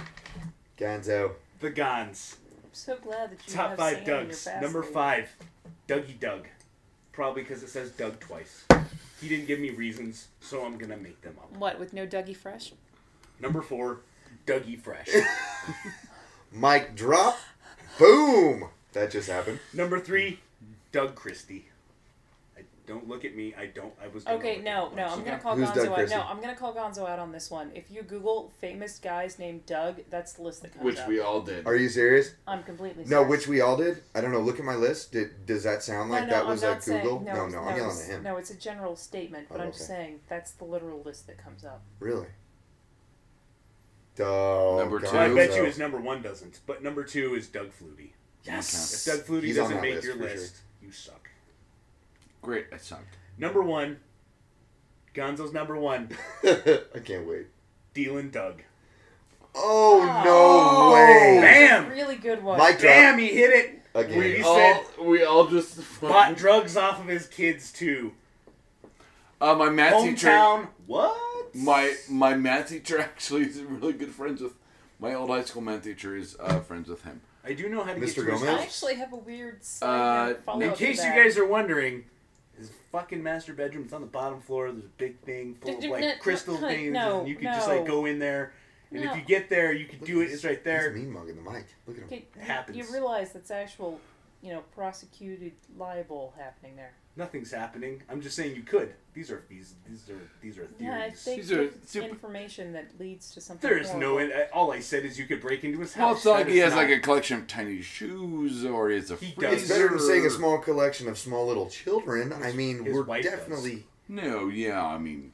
Gonzo.
The Gons.
I'm so glad that you
Top
have
five
sand in your
Dougs.
fast
Number
lane.
five, Dougie Doug. Probably because it says Doug twice. He didn't give me reasons, so I'm gonna make them up.
What with no Dougie Fresh?
Number four, Dougie Fresh.
Mic drop. Boom. That just happened.
Number three, Doug Christie. I Don't look at me. I don't. I was. gonna
Okay,
look
no,
at
no,
you.
I'm gonna call
Who's Doug
Gonzo out.
Christie?
No, I'm gonna call Gonzo out on this one. If you Google famous guys named Doug, that's the list that comes
which
up.
we all did.
Are you serious?
I'm completely
No,
serious.
which we all did. I don't know. Look at my list. Did, does that sound
No,
like
no,
that
I'm
was
not
at Google?
saying-
no, no, I'm yelling
it's-
at him.
No, it's a general statement, but
Oh,
I'm just
okay.
saying that's the literal list that comes up.
Really? Duh.
Number
God,
two.
I bet
no.
you his number one doesn't, but number two is Doug Flutie. If Doug Flutie
He's on
doesn't
that
make
list,
your
for sure.
list, you suck.
Great, I sucked.
Number one, Gonzo's number one,
I can't wait.
Dylan Doug.
Oh
Oh.
no way!
Bam!
Really good one.
Mike
Damn,
drop
he hit it.
again.
We- He
all,
said-
we all just
Bought drugs off of his kids too.
Uh, my math teacher,
Hometown. What?
my my math teacher actually is really good friends with my old high school math teacher is uh, friends with him.
I do know how to
Mr.
get to his
Gomez?
I
house.
actually have a weird
Uh,
side note follow
In
up to
case you
that.
guys are wondering, his fucking master bedroom. It's on the bottom floor. There's a big thing full of
Dude, no,
like crystal
no,
things,
no,
and you can just like go in there. And
No.
if you get there, you can do it. It's right
He's
there.
mean mugging the mic. Look at him.
Okay, you-
happens.
You realize that's actual, you know, prosecuted libel happening there.
Nothing's happening. I'm just saying you could. These are these these are these are
Yeah, I
theories.
think
These are
it's
super-
information that leads to something.
there is no.
horrible.
All I said is you could break into his house.
Well, it's not like
That
he
is
has
not-
like a collection of tiny shoes or he has a
He
freezer.
does.
It's better than saying a small collection of small little children. I mean,
his
we're
wife does.
definitely.
No, yeah, I mean,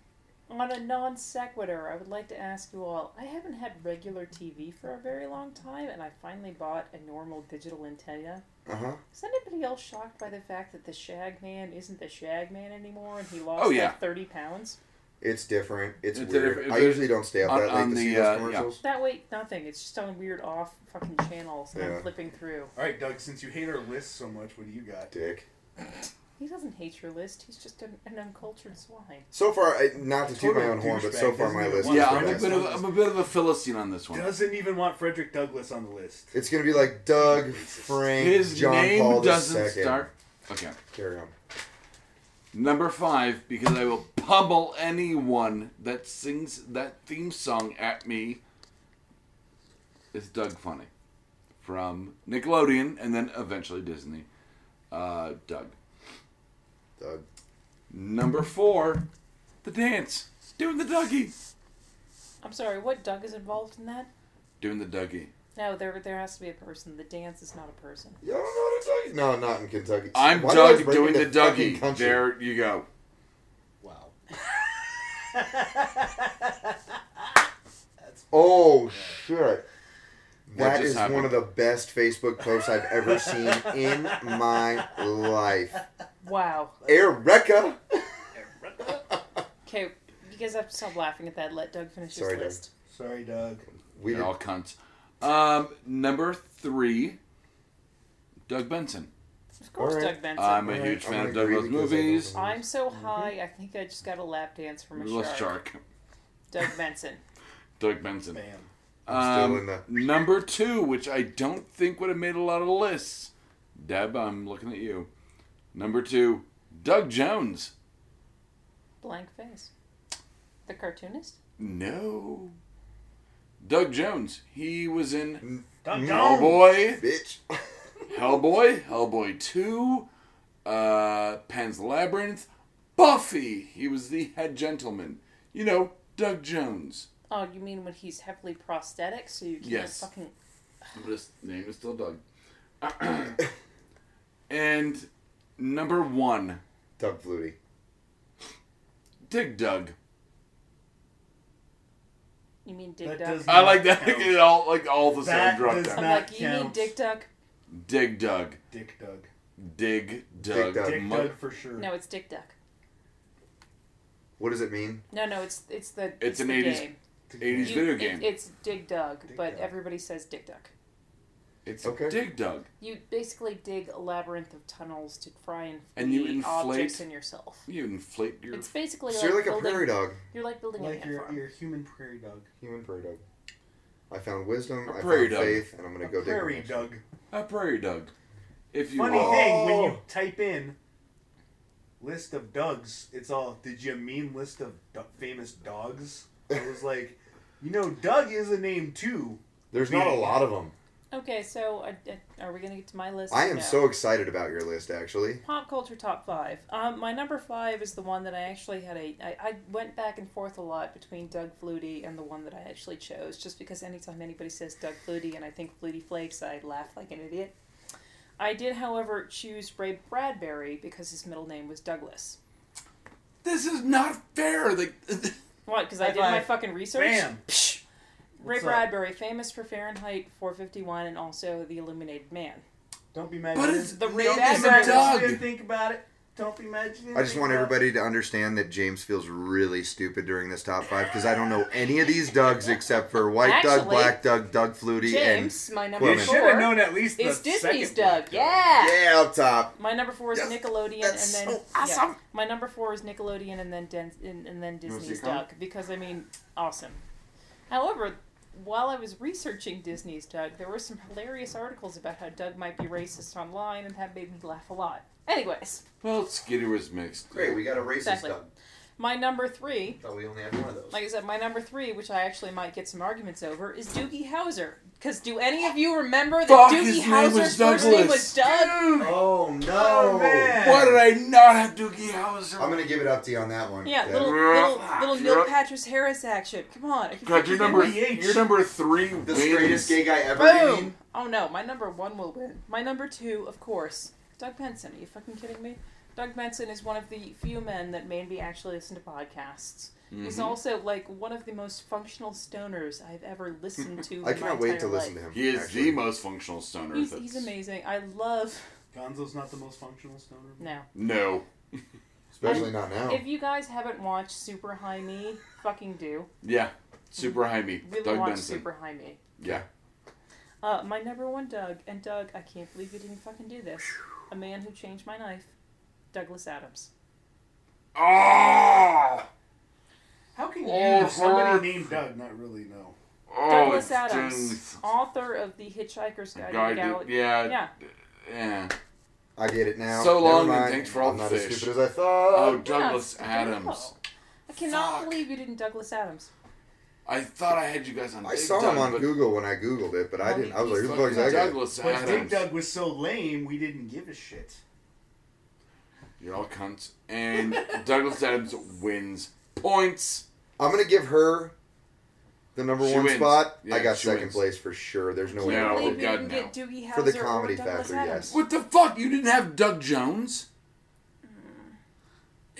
On a non sequitur, I would like to ask you all I haven't had regular TV for a very long time, and I finally bought a normal digital antenna.
Uh huh.
Is anybody else shocked by the fact that the Shag Man isn't the Shag Man anymore and he lost
Oh, yeah.
like 30 pounds?
It's different. It's,
It's
weird.
different.
I
It's-
usually don't stay up
on-
that late
on
to see
the,
those
uh,
commercials.
That way, nothing. It's just on weird off fucking channels that
Yeah.
I'm flipping through.
All right, Doug. Since you hate our list so much, what do you got?
Dick.
He doesn't hate your list, he's just an, an uncultured swine.
So far, I, not to toot my
Total
own horn, but so
douchebag,
far my
isn't it?
list.
One
yeah,
is
I'm a
best.
bit of I'm a bit of a philistine on this one.
Doesn't even want Frederick Douglass on the list.
It's gonna be like Doug, Frank,
His
John
name
Paul
doesn't
II.
start. Okay,
Carry on.
number five because I will pummel anyone that sings that theme song at me. Is Doug Funny from Nickelodeon and then eventually Disney? Uh, Doug.
Doug.
Number four, the dance, doing the Dougie,
I'm sorry, what? Doug is involved in that?
doing the Dougie.
No, there, there has to be a person. The dance is not a person.
You don't know what a Dougie? No, not in Kentucky.
I'm
Why do I
Doug
bring
doing the
into fucking
Dougie.
country?
There you go.
Wow.
Oh shit. That
just
is one
happened?
of the best Facebook posts I've ever seen in my life.
Wow.
Eureka!
Okay, you guys have to stop laughing at that. Let Doug finish
Sorry,
his
Doug.
list.
Sorry, Doug.
We
They're
did,
all cunts. Um, number three, Doug Benson.
Of course,
Alright.
Doug Benson.
I'm a
Alright,
huge
I'm
fan
gonna
of Doug
agree
Loves
because I don't
movies.
know.
I'm so high, I think I just got a lap dance from a
We lost
shark.
Shark.
Doug Benson.
Doug Benson.
Bam.
I'm still
Um,
in the-
Number two, which I don't think would have made a lot of lists. Deb, I'm looking at you. Number two, Doug Jones.
Blank face. The cartoonist?
No. Doug Jones. He was in
Doug
No.
Jones.
Hellboy,
bitch.
Hellboy, Hellboy 2, uh, Pan's Labyrinth, Buffy. He was the head gentleman. You know, Doug Jones.
Oh, you mean when he's heavily prosthetic, so you can't
Yes.
fucking.
But his name is still Doug. and number one,
Doug Flutie.
Dig Doug.
You mean Dig
That
Duck?
does-
I like that. It all like all the
That
same drop
does
down.
I'm
not
like, you mean
count.
Dick Duck?
Dig Doug.
Dick Doug.
Dig Doug.
Doug.
Dick
Mu-
Doug for sure.
No, it's Dick Duck.
What does it mean?
No, no, it's it's the. It's,
an
the
80s
game.
80s
You-
video
it-
game.
it's Dig Dug,
Dig
but
Dug.
everybody says Dick Duck.
it's
Okay.
Dig Doug.
You basically dig a labyrinth of tunnels to try and
And you
feed
inflate-
objects in yourself.
You inflate your.
It's basically
So
like
you're like a
building,
prairie dog.
You're like building an
Like
ant
your,
farm.
your human prairie dog.
Human prairie dog. I found wisdom.
A
I
prairie
found
dog.
faith, and I'm gonna
A
go dig my
prairie
next one.
dog.
a uh, prairie Doug. If you
Funny
will.
thing, when
Oh.
you
Type in list of Dougs. It's all. Did you mean list of do- famous dogs? I was like, you know, Doug is a name too.
There's not a lot of them.
Okay, so I, I- are we going to get to my list?
I
or
am
no?
so excited about your list, actually.
Pop culture top five. Um, my number five is the one that I actually had a. I, I went back and forth a lot between Doug Flutie and the one that I actually chose, just because anytime anybody says Doug Flutie and I think Flutie Flakes, I laugh like an idiot. I did, however, choose Ray Bradbury because his middle name was Douglas.
This is not fair. Like,
What? Because I
High
did my
five.
fucking research.
Bam.
Psh. Ray
What's up?
Bradbury, famous for Fahrenheit 451 and also The Illuminated Man.
Don't be mad.
But
at
it's-
it.
The
No,
Ray
it's
Don't be
Bradbury.
mad
a
at
dog.
it. Didn't Think about it. Don't be mad.
I just want everybody to understand that James feels really stupid during this top five because I don't know any of these Dougs except for White Doug,
Actually,
Black Doug, Doug Flutie,
James, my number
Well,
You
then-
should have
four
known at least the
is Disney's
second
Doug.
one.
Yeah.
and yeah, up top.
My number four is
Yes,
Nickelodeon,
that's
and then
so
yeah.
awesome.
My number four is Nickelodeon, and then Den- and, and then
wanna
Disney's
see a comic?
Doug because I mean, awesome. However, while I was researching Disney's Doug, there were some hilarious articles about how Doug might be racist online, and that made me laugh a lot. Anyways,
well, Skitty was mixed.
Great, we got a racist
Exactly.
Doug.
my number three,
Thought we only had one of those.
like I said, my number three, which I actually might get some arguments over, is Doogie Howser. Because do any of you remember that
Fuck,
Doogie
his name was
Howser's first name
Douglas.
was Doug?
oh no!
Oh, man.
Why did I not have Doogie Howser?
I'm gonna give it up to you on that one.
Yeah,
Deb.
little little little Neil Patrick Harris action. Come on. are you
God, you're
freaking
number
kidding me?
NBH.
you're number three.
the
wins.
straightest gay guy ever. you mean?
Boom. Oh no, my number one will win. My number two, of course, Doug Benson. Are you fucking kidding me? Doug Benson is one of the few men that made me actually listen to podcasts.
Mm-hmm.
Mm-hmm.
He's also like one of the most functional stoners I've ever listened to.
I cannot wait to listen to him.
He is
actually.
the most functional stoner.
He's,
that's-
he's amazing. I love.
Gonzo's not the most functional stoner.
No.
No.
Especially not now.
If you guys haven't watched Super High Me, fucking do.
Yeah. Super high me.
Really
Doug
watch
Benson.
Super High Me.
Yeah.
Uh, my number one, Doug, and Doug, I can't believe you didn't fucking do this. A man who changed my life, Douglas Adams.
Oh.
How can
Oh,
you, somebody
hurts.
named Doug, not really know?
Oh,
Douglas
it
Adams,
stings.
author of The Hitchhiker's Guide
God,
to the Galaxy.
yeah.
Yeah.
Yeah.
I get it now.
So
Never
long, and
mind.
thanks for all
I'm
the
not as
fish.
stupid as I thought.
Oh, Douglas
I don't
Adams.
know. I cannot
Fuck.
believe you didn't Douglas Adams.
I thought I had you guys on.
I
Big
saw
Doug,
him on
but
Google when I googled it, but I
Well,
didn't. I was like, who the fuck
fucking
is that guy?
Douglas
But Big
Adams.
Doug was so lame, we didn't give a shit.
You're all cunts. And Douglas Adams wins points.
I'm gonna give her the number
She
one
wins.
spot.
Yeah,
I got
she
second
wins.
place for sure. There's no way.
Yeah,
I
well,
Believe
would-
you
God,
didn't get Doogie Howser
Oh, For the
or
comedy
Douglas
factor,
Adams.
yes.
What the fuck? You didn't have Doug Jones?
Mm.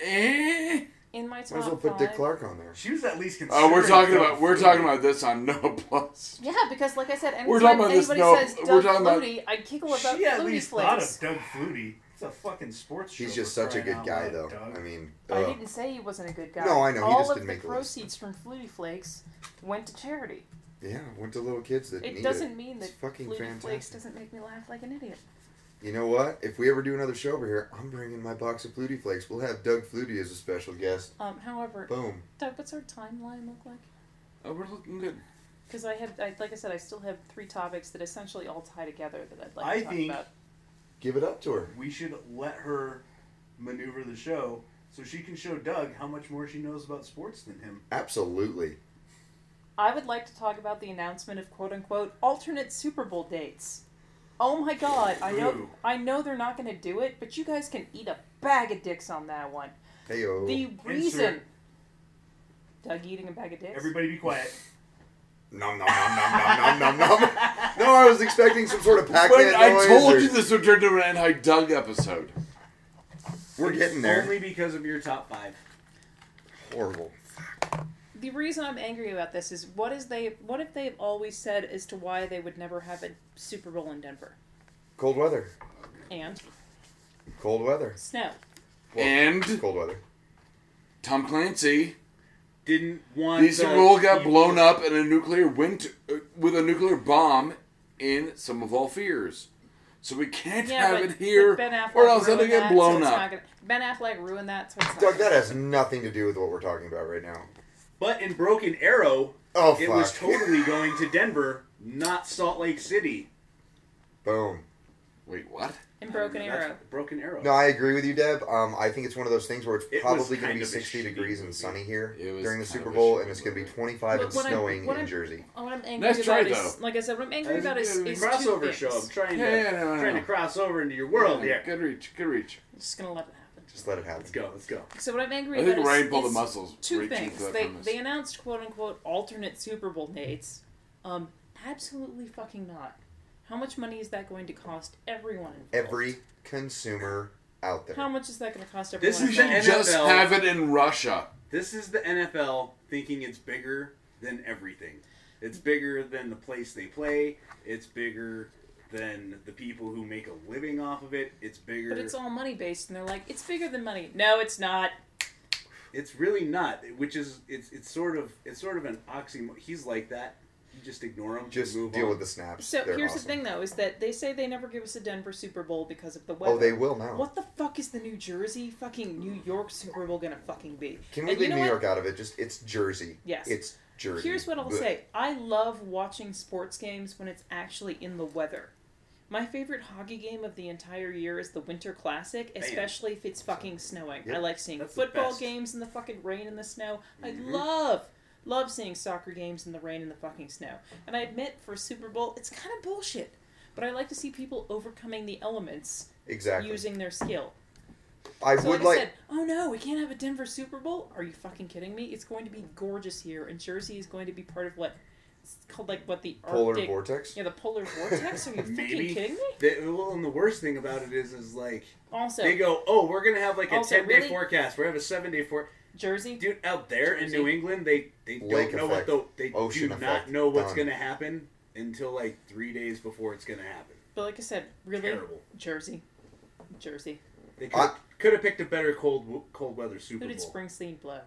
Eh?
In my
Might
top
as well put Dick
five-
Clark on there.
She was at least considered.
Oh, we're talking about we're talking about this on Noah Plus.
Yeah, because like I said, anytime
We're talking about this-
anybody
no,
says
we're
Doug
talking about-
Flutie, I giggle about
She at
Flutie
least thought
flakes.
of Doug Flutie. It's a fucking sports show.
He's just
for
such a
crying
good
out
guy,
loud,
though.
Doug.
I mean,
I
ugh.
didn't say he wasn't a good guy.
No, I know, he
All
just
of
didn't
the
make the list.
proceeds from Flutie Flakes went to charity.
yeah, went to little kids that need
It doesn't mean
It's
that
fucking
Flutie Flakes
fantastic.
doesn't make me laugh like an idiot.
You know what? If we ever do another show over here, I'm bringing my box of Flutie Flakes. We'll have Doug Flutie as a special guest.
Um, however,
Boom.
Doug, what's our timeline look like?
Oh, we're looking good.
Because I have, I, like I said, I still have three topics that essentially all tie together that I'd like
I
to talk
think-
about.
Give it up to her.
We should let her maneuver the show so she can show Doug how much more she knows about sports than him.
Absolutely.
I would like to talk about the announcement of quote unquote alternate Super Bowl dates. Oh my God! I know,
Ooh.
I know they're not going to do it, but you guys can eat a bag of dicks on that one.
Hey yo.
The reason. Doug eating a bag of dicks.
Everybody be quiet.
Nom nom nom nom nom nom nom nom. No, I was expecting some sort of Pac-Man
When I
noise
told
or-
you this would turn into an anti Doug episode.
We're getting there.
Only because of your top five.
Horrible.
the reason I'm angry about this is what is they what if they've always said as to why they would never have a Super Bowl in Denver
Cold weather.
and
Cold weather.
snow.
Well,
and
Cold weather.
Tom Clancy.
Didn't want
These
the
rule got
people-
blown up in a nuclear winter uh, with a nuclear bomb in some of all fears. So we can't have it here,
but Ben Affleck
or else it'll
ruined
get
that, so
blown
it's
up.
not gonna- ben Affleck ruined that. So it's not
Doug, that
gonna-
has nothing to do with what we're talking about right now.
But in Broken Arrow,
Oh, fuck.
it was totally going to Denver, not Salt Lake City.
Boom.
Wait, what?
in Broken
That's-
Arrow.
Broken Arrow.
No, I agree with you, Deb. Um, I think it's one of those things where it's
It was
probably
kind
going to be
of a
60
shitty
degrees
movie.
and sunny here
It was
during the
kind
Super
of a
Bowl,
shitty
and it's going to be
movie.
25 and
Look, when I-
snowing
when
in
I-
Jersey.
Oh, what I'm angry
Nice
about
try,
is,
though.
like I said, what I'm angry
As
about
a
is,
good
is two
crossover
things.
show. I'm trying to
Yeah, yeah, no, no,
trying
no.
to cross over into your world
yeah,
here.
Good reach, good reach.
I'm just gonna let it happen.
Just let it happen.
Let's go. Let's go.
So what I'm angry
I
about
think
is,
Ryan pulled the
is
muscles.
two
reaching
things.
for that
They
premise.
they announced quote unquote alternate Super Bowl dates. Um, absolutely fucking not. How much money is that going to cost everyone? Involved?
Every consumer out there.
How much is that going to cost everyone?
This
we
is
should
involved?
the
just
NFL.
have it in Russia.
This is the NFL thinking it's bigger than everything. It's bigger than the place they play. It's bigger than the people who make a living off of it. It's bigger.
But it's all money based, and they're like, it's bigger than money. No, it's not.
It's really not. Which is it's it's sort of it's sort of an oxymoron. He's like that. You just ignore him.
Just
move
deal
on.
with the snaps.
So
They're
here's
awesome.
the thing, though, is that they say they never give us a Denver Super Bowl because of the weather.
Oh, they will now.
What the fuck is the New Jersey fucking New York Super Bowl gonna fucking be?
Can we
And
leave
you know
New
what?
York out of it? Just it's Jersey.
Yes.
It's Jersey.
Here's what I'll
Blech.
say. I love watching sports games when it's actually in the weather. My favorite hockey game of the entire year is the Winter Classic, especially if it's fucking snowing.
Yep.
I like seeing
That's the
football
best.
games in the fucking rain and the snow.
Mhm.
I love love seeing soccer games in the rain and the fucking snow. And I admit for Super Bowl, it's kind of bullshit, but I like to see people overcoming the elements
Exactly.
using their skill.
I
So
would like.
like, I said, oh no, we can't have a Denver Super Bowl. Are you fucking kidding me? It's going to be gorgeous here, and Jersey is going to be part of what it's called like what the
polar
Arctic,
vortex.
yeah, the polar vortex. Are you fucking
Maybe.
kidding me?
They, well, and the worst thing about it is, is like
Also,
they go, oh, we're gonna have like a
Also,
ten day
really-
forecast. We're gonna have a seven day forecast.
Jersey.
Dude, out there
Jersey.
in New England, they they don't
Lake
know
effect.
what the, they
Ocean
do
effect.
not know what's
Done.
going to happen until like three days before it's going to happen.
But like I said, really,
Terrible.
Jersey, Jersey.
They could,
I-
could have picked a better cold w- cold weather Super
Who did
Bowl.
Springsteen blow?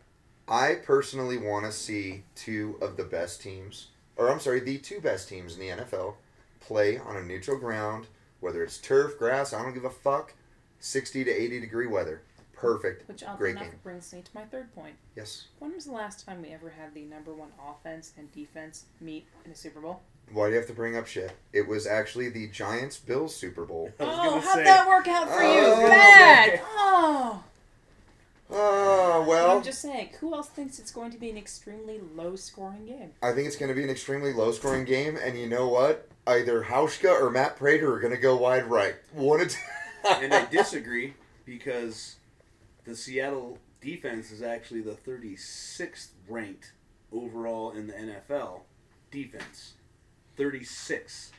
I personally want to see two of the best teams, or I'm sorry, the two best teams in the NFL play on a neutral ground, whether it's turf, grass, I don't give a fuck. 60 to 80 degree weather. Perfect.
Which oddly
Great
enough
game.
brings me to my third point.
Yes.
When was the last time we ever had the number one offense and defense meet in a Super Bowl?
Why do you have to bring up shit? It was actually the Giants Bills Super Bowl.
I was
Oh,
gonna
how'd
say-
that work out for
I was
you?
gonna
Bad.
say-
Oh.
Oh, well.
I'm just saying, who else thinks it's going to be an extremely low scoring game?
I think it's going to be an extremely low scoring game, and you know what? Either Hauschka or Matt Prater are going to go wide right. One at
and I disagree because the Seattle defense is actually the 36th ranked overall in the NFL defense. 36.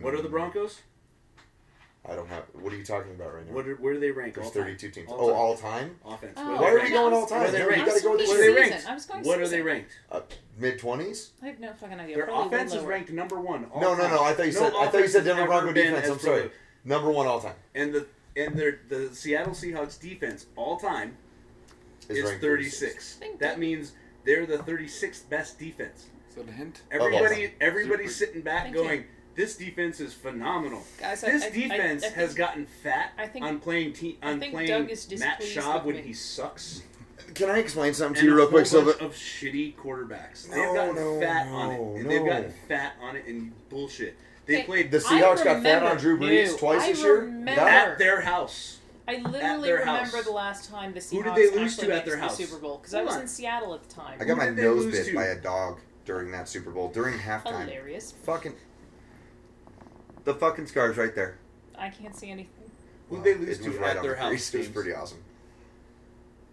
What are the Broncos?
Hmm. I don't have. What are you talking about right now?
What are, where do they rank?
There's
all time?
32 teams.
All
oh,
time.
all time?
offense.
Oh,
Where
Why
do
are
they
we
rank?
going
I
all
was-
time?
Where they
No, we
ranked.
got to go with
Season.
Where
the
are they
Season.
ranked?
I was going
What are they
season.
ranked?
Uh, Mid 20s?
I have no fucking idea.
Their
Probably
offense is
lower.
ranked number one. All
No, no,
time.
no. I thought you said. I thought you
offense
said
has
Denver
ever
Bronco
been
defense.
as
I'm sorry.
productive.
Number one all time
And the and their the Seattle Seahawks defense all time
is,
is,
ranked
36.
Thank
That
you.
means they're the 36th best defense.
Is that a hint?
Oh,
Everybody,
time.
everybody's
Super.
sitting back
Thank
going, "This defense is phenomenal.
Guys, I-
this
I- I-
defense
I think-
has gotten fat
I think-
on playing te-
I
on
think
playing
Doug is
Matt
displeased
Schaub
with
when
me.
he sucks."
Can I explain something to
and
you
a
real
whole
quick, Silva?
bunch of shitty quarterbacks. They've
No,
gotten
no,
fat on
no,
it. and They've
no.
gotten fat on it and bullshit. They
Okay.
played
The
I
Seahawks got fat
remember-
on Drew Brees
Ew,
twice
I
this year.
remember.
That-
at their house.
I literally
their
remember
house.
the last time the Seahawks
Who did they lose
actually
to at
made
their
the
house?
Super Bowl because I
Hold
was
on.
in Seattle at the time.
I got
Who
my
did they
nose
lose
bit
to?
by a dog during that Super Bowl during halftime.
Hilarious.
Fucking. The fucking scar's right there.
I can't see anything.
Who
Wow,
they lose
it was
to
right
at
on
their
the
house,
crease. It was
James?
pretty awesome.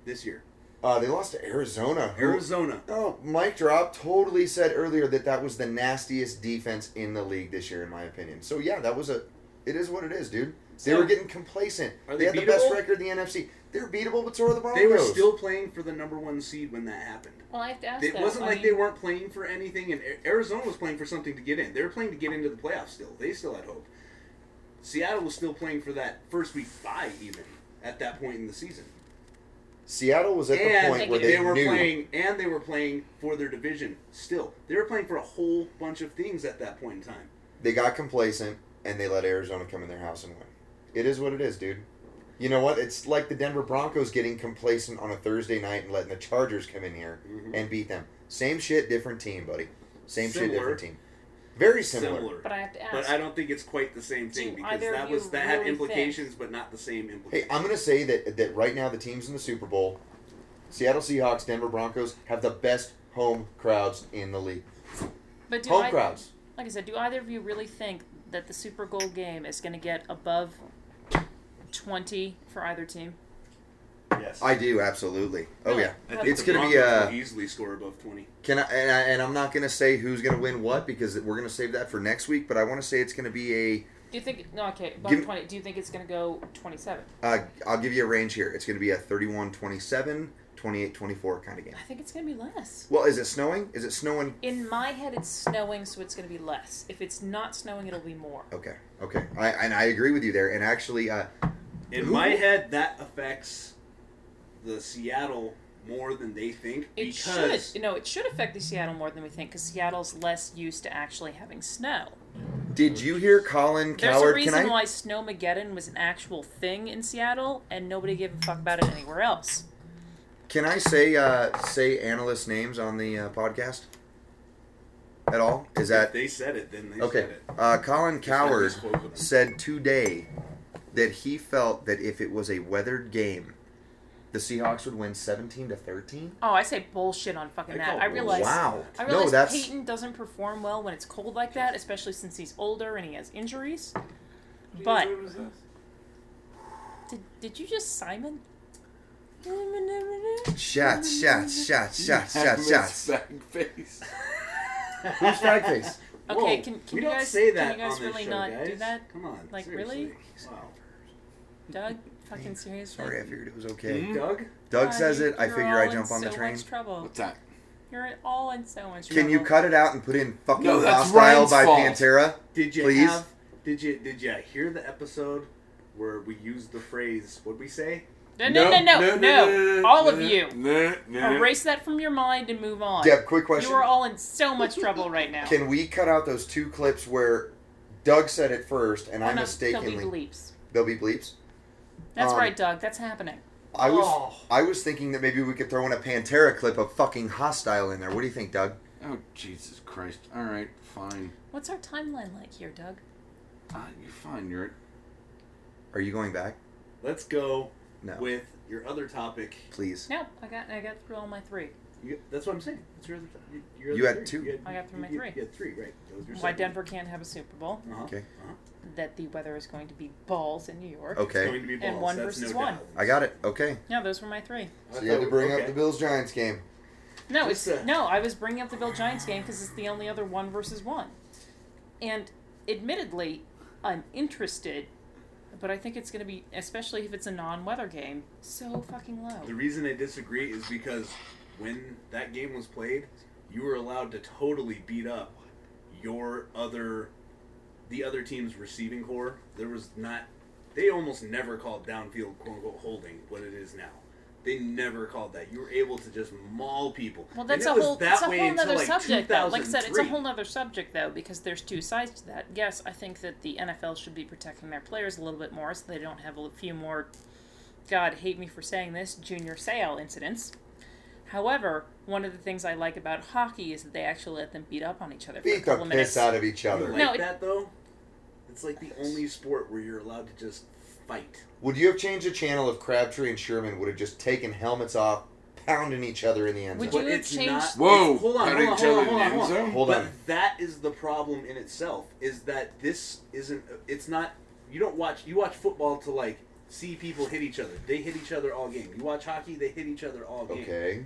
this year.
Uh, they lost to Arizona. who-
Arizona.
Oh, Mike Drop totally said earlier that that was the nastiest defense in the league this year, in my opinion. So yeah, that was a. It is what it is, dude. They
So-
were getting complacent.
Are
they
they
had the best
beatable?
record in the NFC. They're beatable, but so are the Broncos.
They were still playing for the number one seed when that happened.
Well, I have to ask.
It
though,
wasn't
I
like
mean,
they weren't playing for anything, and A- Arizona was playing for something to get in. They were playing to get into the playoffs still. They still had hope. Seattle was still playing for that first week bye, even at that point in the season.
Seattle was at the
and
point where
they,
they,
were
knew.
playing, and they were playing for their division still. They were playing for a whole bunch of things at that point in time.
They got complacent and they let Arizona come in their house and win. It is what it is, dude. You know what? It's like the Denver Broncos getting complacent on a Thursday night and letting the Chargers come in here
Mhm.
and beat them. Same shit, different team, buddy. Same shit,
Similar.
different team. Very similar.
But I have to ask.
But I don't think it's quite the same thing
Do
because
either
that
of
was
you
that had
really
implications, but not the same
Hey,
implications.
I'm gonna say that that right now the teams in the Super Bowl, Seattle Seahawks, Denver Broncos have the best home crowds in the league.
But do
home
I,
crowds.
like I said, do either of you really think that the Super Bowl game is going to get above twenty for either team?
yes,
I do absolutely. Oh
Really?
yeah,
I think
it's
the
gonna be
Broncos
uh
will easily score above twenty.
Can I and, I and I'm not gonna say who's gonna win what because we're gonna save that for next week. But I want to say it's gonna be a.
Do you think? No, okay, above
Give-
twenty. Do you think it's going to go twenty-seven?
Uh, I'll give you a range here. It's gonna be a 31-27, 28-24 kind of game.
I think it's going to be less.
Well, is it snowing? Is it snowing?
In my head, it's snowing, so it's going to be less. If it's not snowing, it'll be more.
Okay, okay. I and I agree with you there. And actually, uh,
In
Who-
my head, that affects the Seattle more than they think
It
because
should. No, it should affect the Seattle more than we think because Seattle's less used to actually having snow.
did you hear Colin
There's a
Coward? Can
reason
I?
why Snowmageddon was an actual thing in Seattle, and nobody gave a fuck about it anywhere else.
Can I say uh, say analyst names on the uh, podcast at all? Is
if
that
they said it, then they
okay?
said it.
Uh, Colin Coward
It's not bespoke of them.
said today that he felt that if it was a weathered game, the Seahawks would win seventeen to thirteen.
Oh, I say bullshit on fucking
I
that.
call
I realize.
Wow!
I realize
No, that's
Peyton doesn't perform well when it's cold like that, especially since he's older and he has injuries. But did, did you just Simon?
shots, shots, shots, shots, shots, shots.
Sack face.
Who's fag face?
Okay,
Whoa,
can, can
we
you
don't
guys
say
can
that
you guys
on this
really
show,
not
guys.
do that?
Come on,
Like,
seriously.
really?
Wow.
Doug, fucking seriously.
Sorry, I figured it was okay.
Doug,
Doug
God,
says
you-
it. I
you're
figure
all
I
in
jump on the
so
train.
Much trouble.
What's that?
You're all in so much trouble.
Can you cut it out and put in fucking
No, that's
hostile
Ryan's
by
fault.
Pantera?
did you
Please?
have? Did you did you hear the episode where we used the phrase? What would we say?
No, no, no, no, no! all of you,
No, no.
erase that from your mind and move on.
Deb, quick question.
You are all in so much trouble right now.
Can we cut out those two clips where Doug said it first and I
Oh, no,
mistakenly
there'll be bleeps.
there'll be bleeps?
That's
Um,
right, Doug. That's happening.
I was
Oh.
I was thinking that maybe we could throw in a Pantera clip of fucking hostile in there. What do you think, Doug?
Oh Jesus Christ! All right, fine.
What's our timeline like here, Doug?
Uh, you're fine. You're.
Are you going back?
Let's go
No.
with your other topic.
Please.
No, I got I got through all my three.
You, that's what I'm saying. That's your other. Your, your
You
other
had
three.
two.
I got through my
you,
three.
You had three, right? That was your
Why
second.
Denver can't have a Super Bowl?
Uh-huh.
Okay.
Uh-huh.
That the weather is going to be balls in New York.
It's going
Okay.
to be
And
balls.
one
That's
versus
no
one.
doubt.
I got it. Okay.
Yeah, those were my three.
So you had to
thought-
bring
okay.
up the Bills Giants game.
No,
Just,
it's
uh,
no. I was bringing up the Bill Giants game because it's the only other one versus one, and admittedly, I'm interested, but I think it's going to be, especially if it's a non-weather game, so fucking
The
low.
reason I disagree is because when that game was played, you were allowed to totally beat up your other, the other team's receiving core. There was not, they almost never called downfield quote unquote holding what it is now. They never called that. You were able to just maul people.
Well,
And
that's
it
a
was
whole
that
that's a
way
whole
until,
other
like,
subject though. Like I said, it's a
2003.
whole other subject though because there's two sides to that. Yes, I think that the NFL should be protecting their players a little bit more so they don't have a few more. God hate me for saying this junior sale incidents. However, one of the things I like about hockey is that they actually let them beat up on each other for a
Beat the
couple of minutes.
piss out of each
You
other.
like
No, it-
that though? It's like the only sport where you're allowed to just fight.
Would you have changed the channel if Crabtree and Sherman would have just taken helmets off, pounding each other in the end
Would
zone?
you
But
have
it's
changed-
not.
Whoa!
it's- hold on,
Cutting
hold on,
each
hold on,
other in
hold
the
on,
end
hold on.
zone?
Hold
but
on.
that is the problem in itself. Is that this isn't? It's not. You don't watch. You watch football to like see people hit each other. They hit each other all game. You watch hockey. They hit each other all game.
Okay.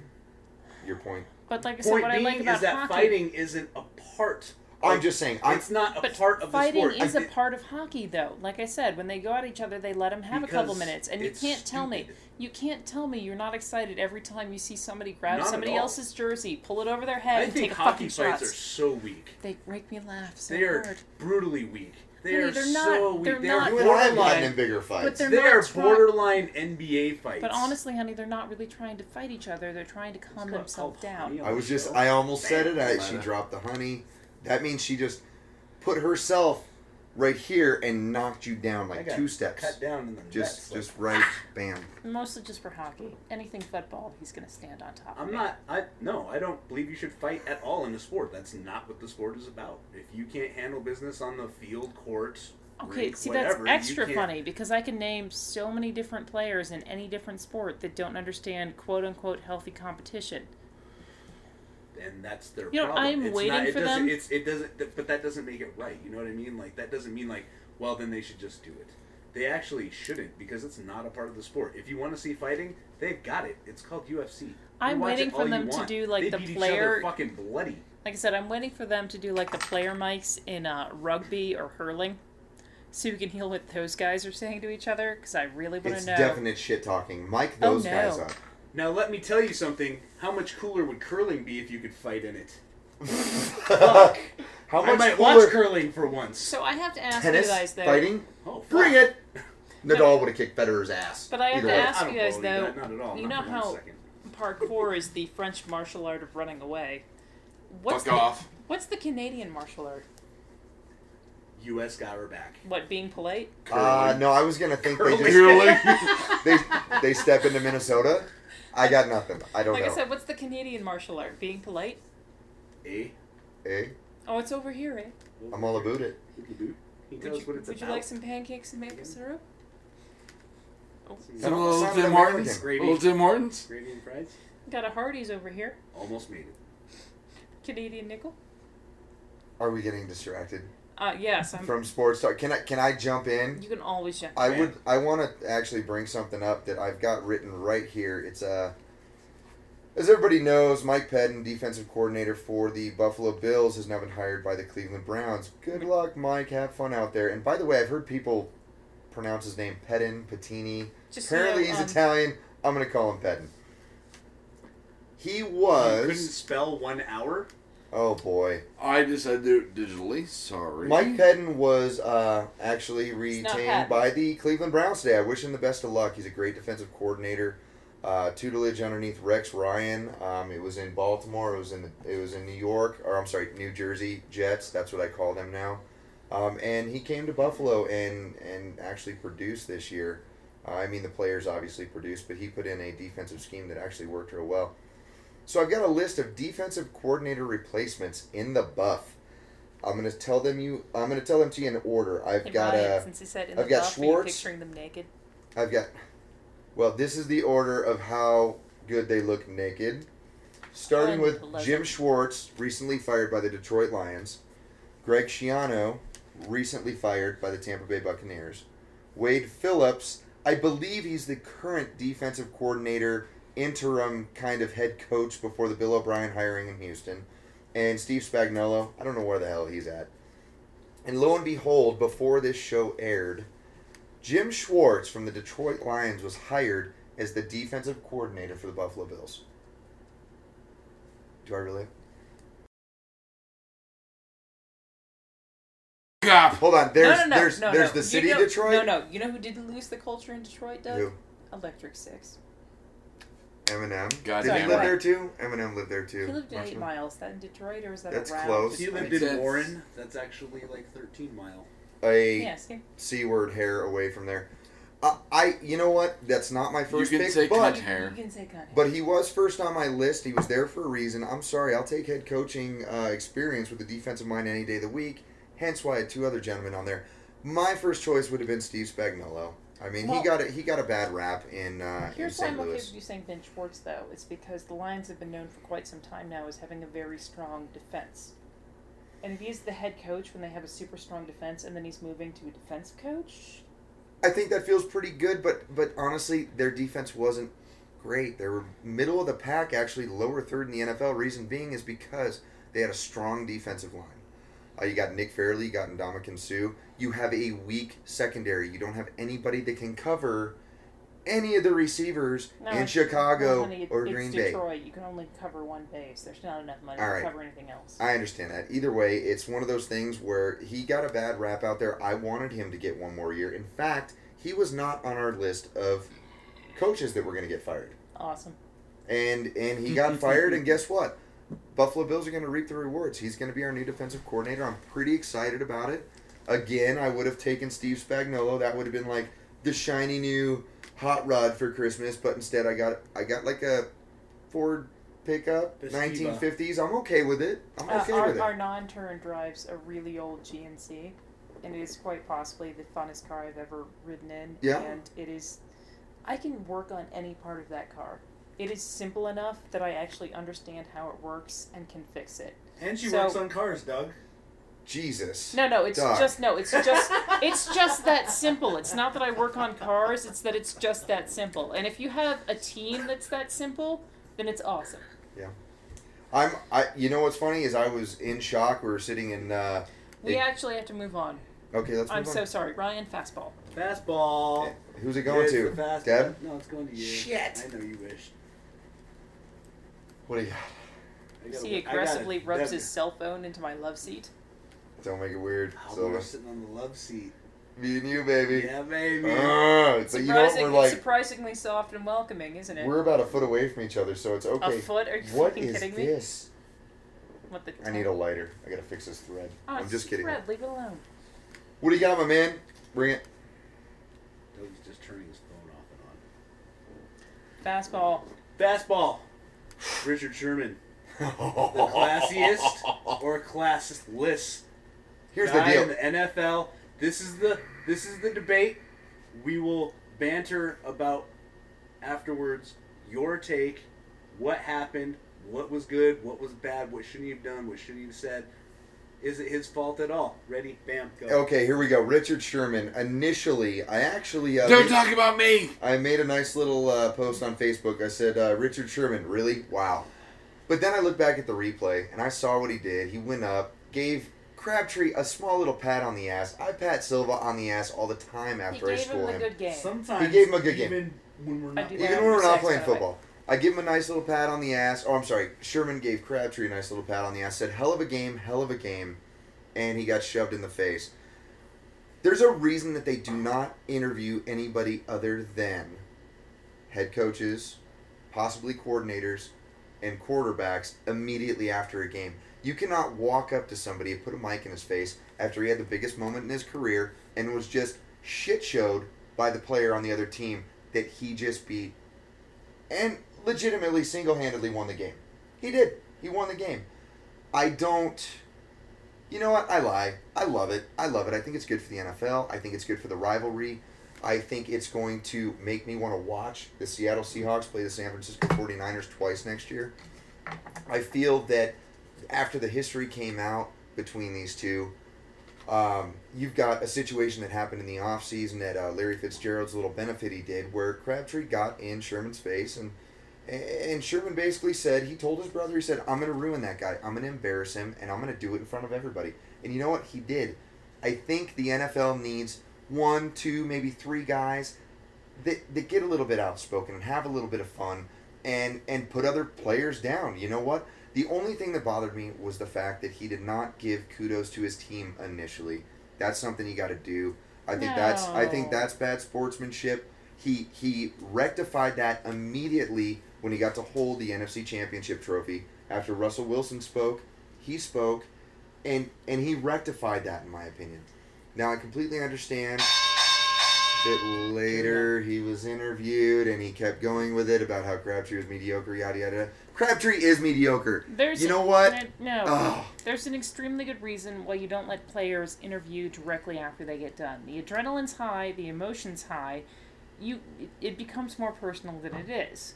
Your point.
But like I said,
Point
what I
being
like about
is that
hockey,
fighting isn't a part.
I'm
like,
just saying, I'm-
it's not a
but
part of the
fighting
sport.
is
I-
a part of hockey, though. Like I said, when they go at each other, they let them have a couple
Because
minutes, and you
it's
can't tell me,
stupid.
you can't tell me you're not excited every time you see somebody grab
Not at
somebody
all.
else's jersey, pull it over their
I,
head, and
think
take
hockey
fucking
fights
shots.
are so weak.
They make me laugh so
They are
hard.
brutally weak. They
Honey,
are
they're not-
so weak.
they're
They are
not
You and I have gotten
Borderline.
in bigger fights.
they're
They
not
are
try-
borderline NBA fights.
But honestly, honey, they're not really trying to fight each other. They're trying to calm
called-
themselves
called
down.
honey on
I was
the
just
show.
I almost said it.
Bam.
I, she dropped the honey. That means she just put herself right here and knocked you down
I
like
got
two steps.
Cut down in the
just
nuts,
just right, bam.
Mostly just for hockey. Anything football, he's going to stand on top.
I'm
of
not. I no. I don't believe you should fight at all in a sport. That's not what the sport is about. If you can't handle business on the field, court,
It. Okay,
rink,
see
whatever, you
that's extra
can't-
funny because I can name so many different players in any different sport that don't understand quote unquote healthy competition.
and that's their
You know,
problem.
I'm
it's
waiting
not, it
for
doesn't,
them-
It's it doesn't, th- but that doesn't make it right. You know what I mean? Like that doesn't mean like, well, then they should just do it. They actually shouldn't because it's not a part of the sport. If you want to see fighting, they've got it. It's called UFC. You
I'm
watch it
waiting for
all you
them to
want.
do, like,
They
the
beat
player-
each other fucking bloody.
Like I said, I'm waiting for them to do like the player mics in uh, rugby or hurling, so we can hear what those guys are saying to each other. Because I really want
It's
to know.
definite shit talking. Mic
Oh,
those guys
no.
up.
Now let me tell you something. How much cooler would curling be if you could fight in it?
How
I
much
might
cooler
watch curling for once.
so I have to ask
tennis
you guys though.
fighting?
Oh, fuck.
Bring it. Nadal would have kicked Federer's ass.
But I have
Either
to
way.
ask
I don't
you guys
believe
though.
that, not at all.
You
not
know
for one
how
second.
parkour is the French martial art of running away. What's
Fuck
the,
off.
What's the Canadian martial art?
U.S. got her back.
What being polite?
Uh, no, I was gonna think they
Curling.
just
Clearly.
they they step into Minnesota. I got nothing. I don't
Like
know.
I said, what's the Canadian martial art? Being polite.
Eh?
Eh?
Oh, it's over here, eh?
I'm all about it.
He
Would
knows
you,
what it's
would you
about.
like some pancakes and maple syrup?
Some
Sound-
little
sound of
Tim
American.
Hortons.
Gravy.
Little Tim Hortons.
Gravy and fries?
Got a Hardee's over here.
Almost made it.
Canadian nickel.
Are we getting distracted
Uh, yes, I'm.
from sports talk? Can I can I jump in?
You can always check.
I
Man.
would. I want to actually bring something up that I've got written right here. It's Uh, as everybody knows, Mike Pedden, defensive coordinator for the Buffalo Bills, has now been hired by the Cleveland Browns. Good luck, Mike. Have fun out there. And by the way, I've heard people pronounce his name Pedden, Patini.
Just so you
Apparently,
know,
he's
um,
Italian. I'm gonna call him Pedden. He
You couldn't
was.
spell one hour?
Oh boy.
I just had to do it digitally. Sorry.
Mike Pedden was uh, actually
not
retained
Patton.
by the Cleveland Browns today. I wish him the best of luck. He's a great defensive coordinator. Uh, tutelage underneath Rex Ryan. Um, it was in Baltimore. It was in it was in New York, or I'm sorry, New Jersey Jets. That's what I call them now. Um, and he came to Buffalo and and actually produced this year. Uh, I mean, the players obviously produced, but he put in a defensive scheme that actually worked real well. So I've got a list of defensive coordinator replacements in the buff. I'm gonna tell them you. I'm gonna tell them to you in order. I've
hey,
got
Brian,
a.
since he said in
I've
the
got
buff, are you
Schwartz.
picturing them naked.
I've got. Well, this is the order of how good they look naked. Starting with
Unpleasant.
Jim Schwartz, recently fired by the Detroit Lions. Greg Schiano, recently fired by the Tampa Bay Buccaneers. Wade Phillips, I believe he's the current defensive coordinator, interim kind of head coach before the Bill O'Brien hiring in Houston. And Steve Spagnuolo, I don't know where the hell he's at. And lo and behold, before this show aired, Jim Schwartz from the Detroit Lions was hired as the defensive coordinator for the Buffalo Bills. Do I really?
Fuck off.
Hold on. There's
no, no, no,
there's
no,
there's
no.
the
You
city
know-
Detroit.
No, no. You know who didn't lose the culture in Detroit, Doug?
Who?
Electric Six.
Eminem.
God
Did he
damn
live
right.
there too? Eminem lived there too.
He lived in eight
Marshall.
miles. That in Detroit, or was that
That's
around?
close.
If you
Detroit?
lived in
That's-
Warren, that's actually like 13 mile.
A
Yeah, see?
C word hair away from there. Uh, I you know what? That's not my first
can
pick,
say
but
cunt.
You-
hair.
You can say kind
but he was first on my list. He was there for a reason. I'm sorry. I'll take head coaching uh, experience with a defensive mind any day of the week. Hence why I had two other gentlemen on there. My first choice would have been Steve Spagnuolo. I mean,
Well-
he got a, he got a bad rap in uh, in
Here's why
St.
I'm okay
Louis.
with you saying Ben Schwartz, though. It's because the Lions have been known for quite some time now as having a very strong defense. And if he's the head coach when they have a super strong defense, and then he's moving to a defense coach,
I think that feels pretty good, but but honestly, their defense wasn't great. They were middle of the pack, actually lower third in the NFL. Reason being is because they had a strong defensive line. Uh, you got Nick Fairley, you got Ndamukong Sue. You have a weak secondary. You don't have anybody that can cover any of the receivers
no,
in
it's-
Chicago
well, honey, it-
or
it's
Green Bay.
Detroit. You can only cover one base. There's not enough money
All
to
right.
cover anything else.
I understand that. Either way, it's one of those things where he got a bad rap out there. I wanted him to get one more year. In fact, he was not on our list of coaches that were going to get fired.
awesome.
And and he got fired and guess what? Buffalo Bills are going to reap the rewards. He's going to be our new defensive coordinator. I'm pretty excited about it. Again, I would have taken Steve Spagnolo. That would have been like the shiny new hot rod for Christmas. But instead, I got I got like a Ford pickup,
The Steva.
nineteen fifties. I'm okay with it. I'm
Uh,
okay with
our,
it.
our non-turn drives a really old GNC, and it is quite possibly the funnest car I've ever ridden in.
Yeah.
And it is, I can work on any part of that car. It is simple enough that I actually understand how it works and can fix it.
And she
So-
works on cars, Doug.
Jesus.
No, no, it's
Doc.
just no, it's just it's just that simple. It's not that I work on cars, it's that it's just that simple. And if you have a team that's that simple, then it's awesome.
I'm. I. You know what's funny is I was in shock. We were sitting in. Uh,
We
It-
actually have to move on.
okay, let's move
I'm
on.
so sorry. Ryan fastball.
Fastball.
Who's it going
It's
to?
the fastball.
Deb.
No, it's going to you.
Shit.
I know you wish.
What do you got?
I gotta-
He
I gotta-
aggressively rubs
Deb,
his cell phone into my love seat.
Don't make it weird.
Oh, we
So
we're sitting on the love seat.
me and you, baby.
Yeah, baby.
Ah, so you know what?
Surprising,
We're like
surprisingly soft and welcoming, isn't it?
we're about a foot away from each other, so it's
a
okay.
foot? Are you
What
fucking
is
kidding me?
this?
What the?
I need a lighter. I gotta fix this thread.
Oh,
I'm just kidding.
Fred, leave it alone.
What do you got, my man? Bring it.
Doug's just turning his phone off and on.
Fastball.
Fastball. Richard Sherman. The classiest or classist
Here's the
guy
deal.
in the NFL. This is the this is the debate. We will banter about afterwards your take, what happened, what was good, what was bad, what shouldn't you have done, what should you have said. Is it his fault at all? Ready? Bam, go.
Okay, here we go. Richard Sherman. Initially, I actually uh,
Don't
made,
talk about me.
I made a nice little uh, post on Facebook. I said, uh, Richard Sherman, really? Wow. But then I looked back at the replay and I saw what he did. He went up, gave Crabtree a small little pat on the ass. I pat Silva on the ass all the time
He
after I
gave him
school
the
him.
good game.
Sometimes
He gave him a good game.
Even when we're
I
not
do
Even
Yeah,
when we're not
sex,
playing
by the way.
football, I give him a nice little pat on the ass. Oh, I'm sorry. Sherman gave Crabtree a nice little pat on the ass. Said, "Hell of a game, hell of a game," and he got shoved in the face. There's a reason that they do not interview anybody other than head coaches, possibly coordinators, and quarterbacks immediately after a game. You cannot walk up to somebody and put a mic in his face after he had the biggest moment in his career and was just shit showed by the player on the other team that he just beat and legitimately single handedly won the game. He did. He won the game. I don't. You know what? I lie. I love it. I love it. I think it's good for the NFL. I think it's good for the rivalry. I think it's going to make me want to watch the Seattle Seahawks play the San Francisco 49ers twice next year. I feel that after the history came out between these two, um, you've got a situation that happened in the offseason at uh, Larry Fitzgerald's little benefit he did where Crabtree got in Sherman's face and and Sherman basically said he told his brother he said I'm going to ruin that guy. I'm going to embarrass him and I'm going to do it in front of everybody. And you know what he did? I think the NFL needs one, two, maybe three guys that, that get a little bit outspoken and have a little bit of fun and and put other players down. You know what? The only thing that bothered me was the fact that he did not give kudos to his team initially. That's something you got to do. I think that's I think
No.
that's bad sportsmanship. He he rectified that immediately when he got to hold the NFC Championship trophy after Russell Wilson spoke. He spoke and and he rectified that in my opinion. Now I completely understand that later he was interviewed and he kept going with it about how Crabtree was mediocre, yada yada. Crabtree is mediocre.
There's
you know what?
No.
Oh,
There's an extremely good reason why you don't let players interview directly after they get done. The adrenaline's high, the emotion's high. You, it, it becomes more personal than it is.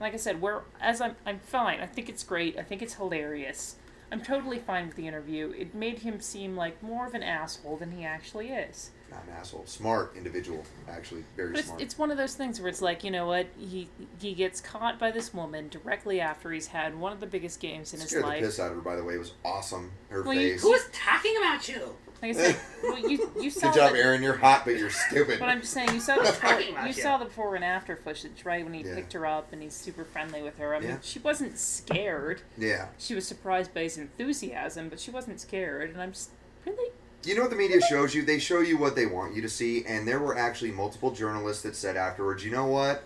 Like I said, where as I'm, I'm fine. I think it's great. I think it's hilarious. I'm totally fine with the interview. It made him seem like more of an asshole than he actually is.
not an asshole. Smart individual, actually, very
But it's,
smart.
it's one of those things where it's like, you know what? He he gets caught by this woman directly after he's had one of the biggest games in his
Scared the
life.
piss out of her, by the way. It was awesome. Her
Well, you-
face.
who-
talking about you?
Like I said, well, you you saw
Good job,
the-
Aaron. You're hot, but you're stupid.
But I'm just saying, you saw the before,
Talking about
you
you.
saw the before and after footage, right? When he
Yeah.
picked her up and he's super friendly with her. I mean,
Yeah.
she wasn't scared.
yeah.
She was surprised by his enthusiasm, but she wasn't scared. And I'm just really
You know what the media shows you? They show you what they want you to see, and there were actually multiple journalists that said afterwards, you know what?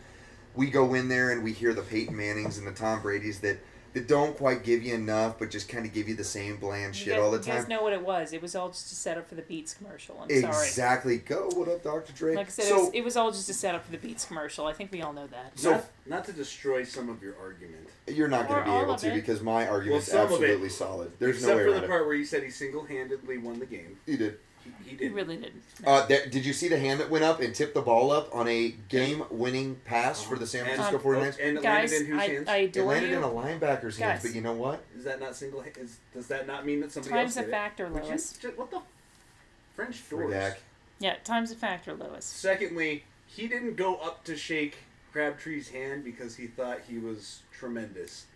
We go in there and we hear the Peyton Mannings and the Tom Brady's that that don't quite give you enough, but just kind of give you the same bland
You
shit
guys,
all the
you guys
time.
know what it was. It was all just a setup for the Beats commercial. I'm sorry.
Exactly. Go. What up, Dr. Dre?
Like I said, it,
so
was, it was all just a setup for the Beats commercial. I think we all know that.
So-
not, not to destroy some of your argument,
you're not going
Or
to be
all
able
of
to
it.
because my argument's
some of it.
absolutely solid. There's
except
no way
for
around
the
it.
part where you said he single-handedly won the game.
You did.
He, he
He
did.
really didn't.
Uh, that, did you see the hand that went up and tipped the ball up on a game-winning pass for the San
And- oh,
Francisco
Um,
49ers?
And it
Guys,
landed in whose
I,
hands?
I
It
adore
landed in a
you.
linebacker's hands,
Guys.
but you know what?
Is that not single? Is, does that not mean that somebody
Time's
else
a
did
factor,
it? Would you
Lewis.
ju- what the French doors?
Redact.
Yeah, time's a factor, Lewis.
Secondly, he didn't go up to shake Crabtree's hand because he thought he was tremendous.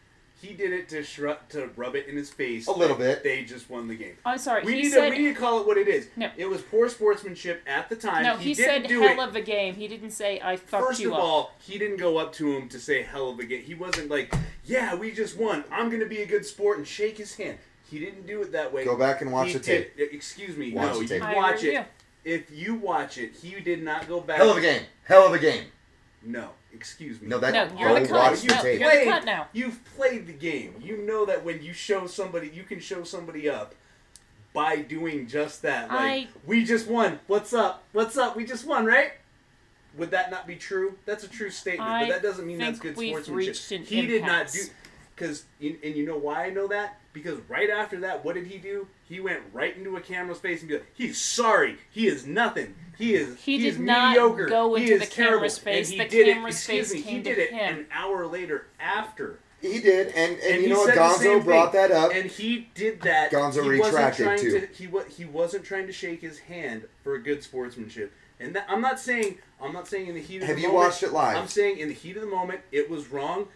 He did it to shru- to rub it in his face.
A little
that
bit.
They just won the game.
I'm sorry.
We
he
need,
said,
to, we need to call it what it is.
No.
It was poor sportsmanship at the time.
no,
he,
he,
didn't
said
do
hell
it.
of a game. He didn't say I fucked
First
you
of
up.
all, he didn't go up to him to say hell of a game. He wasn't like, yeah, we just won. I'm going to be a good sport and shake his hand. He didn't do it that way.
Go back and watch
He
the
did- Excuse me.
Watch
no,
the tape.
you
I
watch
agree
it.
with
If you watch it, he did not go back.
Hell of a game. Hell of a game.
No, excuse me.
No, that.
No,
go
you're the
watch
coach.
the
No,
tape.
you're the cut now.
You've played the game. You know that when you show somebody, you can show somebody up by doing just that. Like,
I-
we just won. What's up? What's up? We just won, right? Would that not be true? That's a true statement,
I
but that doesn't mean that's
think
good
we've
sportsmanship.
reached an
he did not do
impasse.
because, and you know why I know that because right after that, what did he do? He went right into a camera's face and be like, "He's sorry. He is nothing. He is
He
is
did not
mediocre.
go
He
into
is
the
terrible."
camera's face.
And he
The
did it-
camera's
excuse
face
me,
came
he did
to
it
him.
an hour later after.
He did, and and,
And
you
he
know what?
said the same
Gonzo brought
thing.
that up.
And he did that.
Gonzo
he wasn't
retracted,
trying
too.
To, he wa- he wasn't trying to shake his hand for good sportsmanship. And that, I'm not saying I'm not saying in the heat of
Have
the
you
moment.
watched it live?
I'm saying in the heat of the moment it was wrong.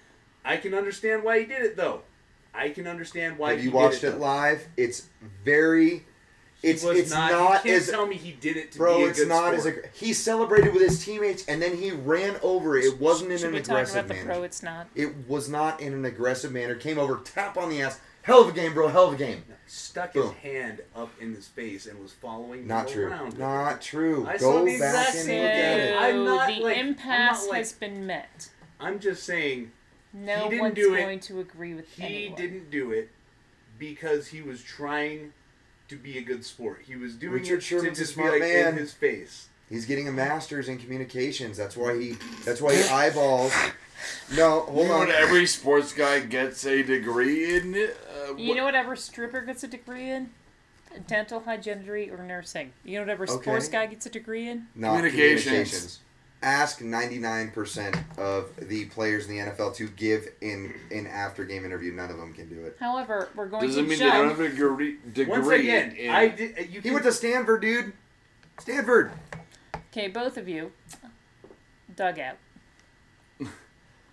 I can understand why he did it though. I can understand why
Have
he
you watched
did it.
it
though.
live? It's very.
He
It's
was
it's not,
you can't
as
tell me he did it to be
bro.
a
It's
good
not as
sport.
ag- he celebrated with his teammates and then he ran over. It wasn't in
Should
an
we talk about
aggressive
the pro?
manner.
It's not.
It was not in an aggressive manner. Came over, tap on the ass. Hell of a game, bro. Hell of a game.
stuck
Boom.
his hand up in his face and was following
Not
him
true.
around. with it.
Not true.
I saw
Go
the exact
back and
same
look at
thing.
it.
I'm not,
the
like- I'm
impasse
not, like-
has been met.
I'm just saying
No
He didn't
one's
do it.
going to agree with
He
anyone.
didn't do it because he was trying to be a good sport. He was doing
Richard
it
Sherman's
to
a
just
smart
be like
man.
in his face.
He's getting a master's in communications. That's why he. That's why he eyeballs. No, hold
You know
on.
what every sports guy gets a degree in? Uh,
You know whatever stripper gets a degree in? Dental hygienistry or nursing. You know whatever sports
Okay.
guy gets a degree in?
Not
Communications.
communications. Ask 99% of the players in the NFL to give in an after game interview. None of them can do it.
However, we're going
Doesn't
to
mean they don't
judge.
have a degree. degree
Once again,
in-
I did. You
He
can,
went to Stanford, dude. Stanford.
Okay, both of you. Dugout.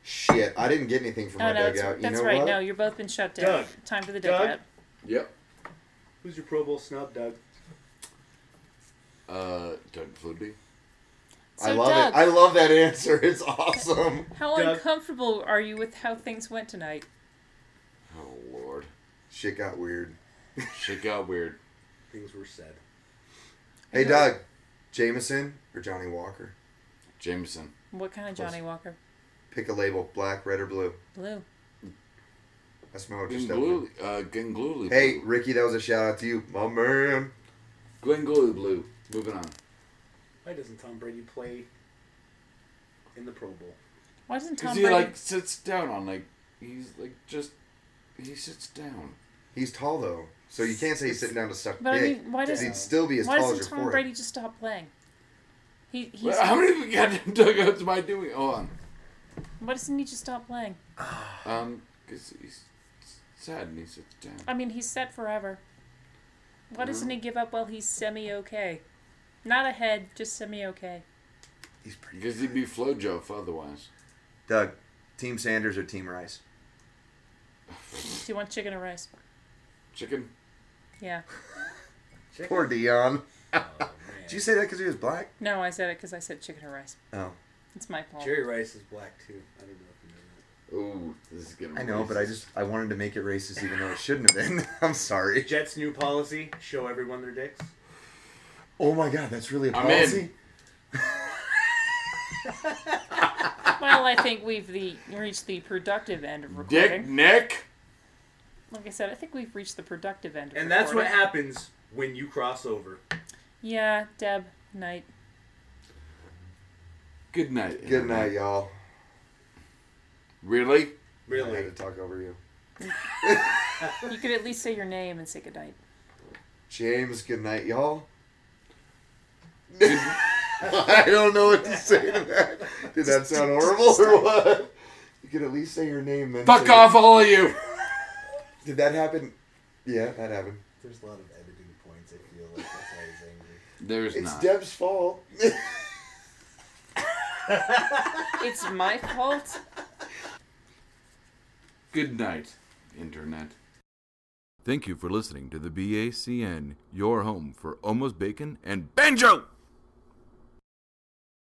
Shit, I didn't get anything from
Oh
my
no, that's,
dugout. You
that's
know
right.
what?
No, you've both been shut down.
Doug.
Time for the
Doug.
dugout.
Yep.
who's your Pro Bowl snub, Doug?
Uh, Doug Flutie.
So
I love
Doug,
it. I love that answer. It's awesome.
how
Doug.
uncomfortable are you with how things went tonight?
Oh Lord,
Shit got weird.
shit got weird.
Things were said.
Hey, Doug. Jameson or Johnny Walker?
Jameson.
What kind of
Close.
Johnny Walker?
Pick a label black, red, or blue.
Blue.
I smell what you're stepping
Glenglooley. Uh, Glenglooley.
in. Hey,
Blue.
Ricky, that was a shout out to you. My man.
Glenglooley Blue. Moving on.
Why doesn't Tom Brady play in the Pro Bowl?
Why doesn't Tom
Because he
Brady?
like sits down on like he's like just he sits down.
He's tall, though. So you can't say he's sitting down to suck
but I
dick.
mean, why
Because
doesn't
he'd still be as
why
tall as
doesn't
your
Tom
forehead.
Brady just stop playing? He he's,
How many goddamn dugouts am I doing? Hold on.
why doesn't he just stop playing?
Um, 'cause he's sad and he sits down.
I mean, he's set forever. Why doesn't he give up while he's semi okay? Not ahead, just semi okay.
He's pretty
Because he'd be Flojo otherwise.
Doug, Team Sanders or Team Rice?
Do you want chicken or rice?
Chicken.
Yeah.
Poor Dion.
Oh,
Did you say that because he was black?
No, I said it because I said chicken or rice.
Oh,
It's my fault.
Jerry Rice is black too. I don't know if you know that.
Ooh, this is getting.
I know, but I
racist.
just I wanted to make it racist, even though it shouldn't have been. I'm sorry.
Jets' new policy: show everyone their dicks.
Oh my God, that's really a
I'm in.
policy.
Well, I think we've the reached the productive end of
Dick
recording.
Nick.
Like I said, I think we've reached the productive end. of
And that's what
recording.
happens when you cross over.
Yeah, Deb, night.
Good night.
Good night, y'all.
Really?
I
Really.
had to talk over you.
You could at least say your name and say good night.
James, good night, y'all. I don't know what to say to that. Did that sound horrible or what? You could at least say your name then.
Fuck
say-
off, all of you.
Did that happen? Yeah, that happened.
There's a lot of editing points. I feel like that's why he's angry.
There's
It's
not.
Deb's fault.
It's my fault.
Good night, Internet. Thank you for listening to the BACN, your home for almost bacon and banjo!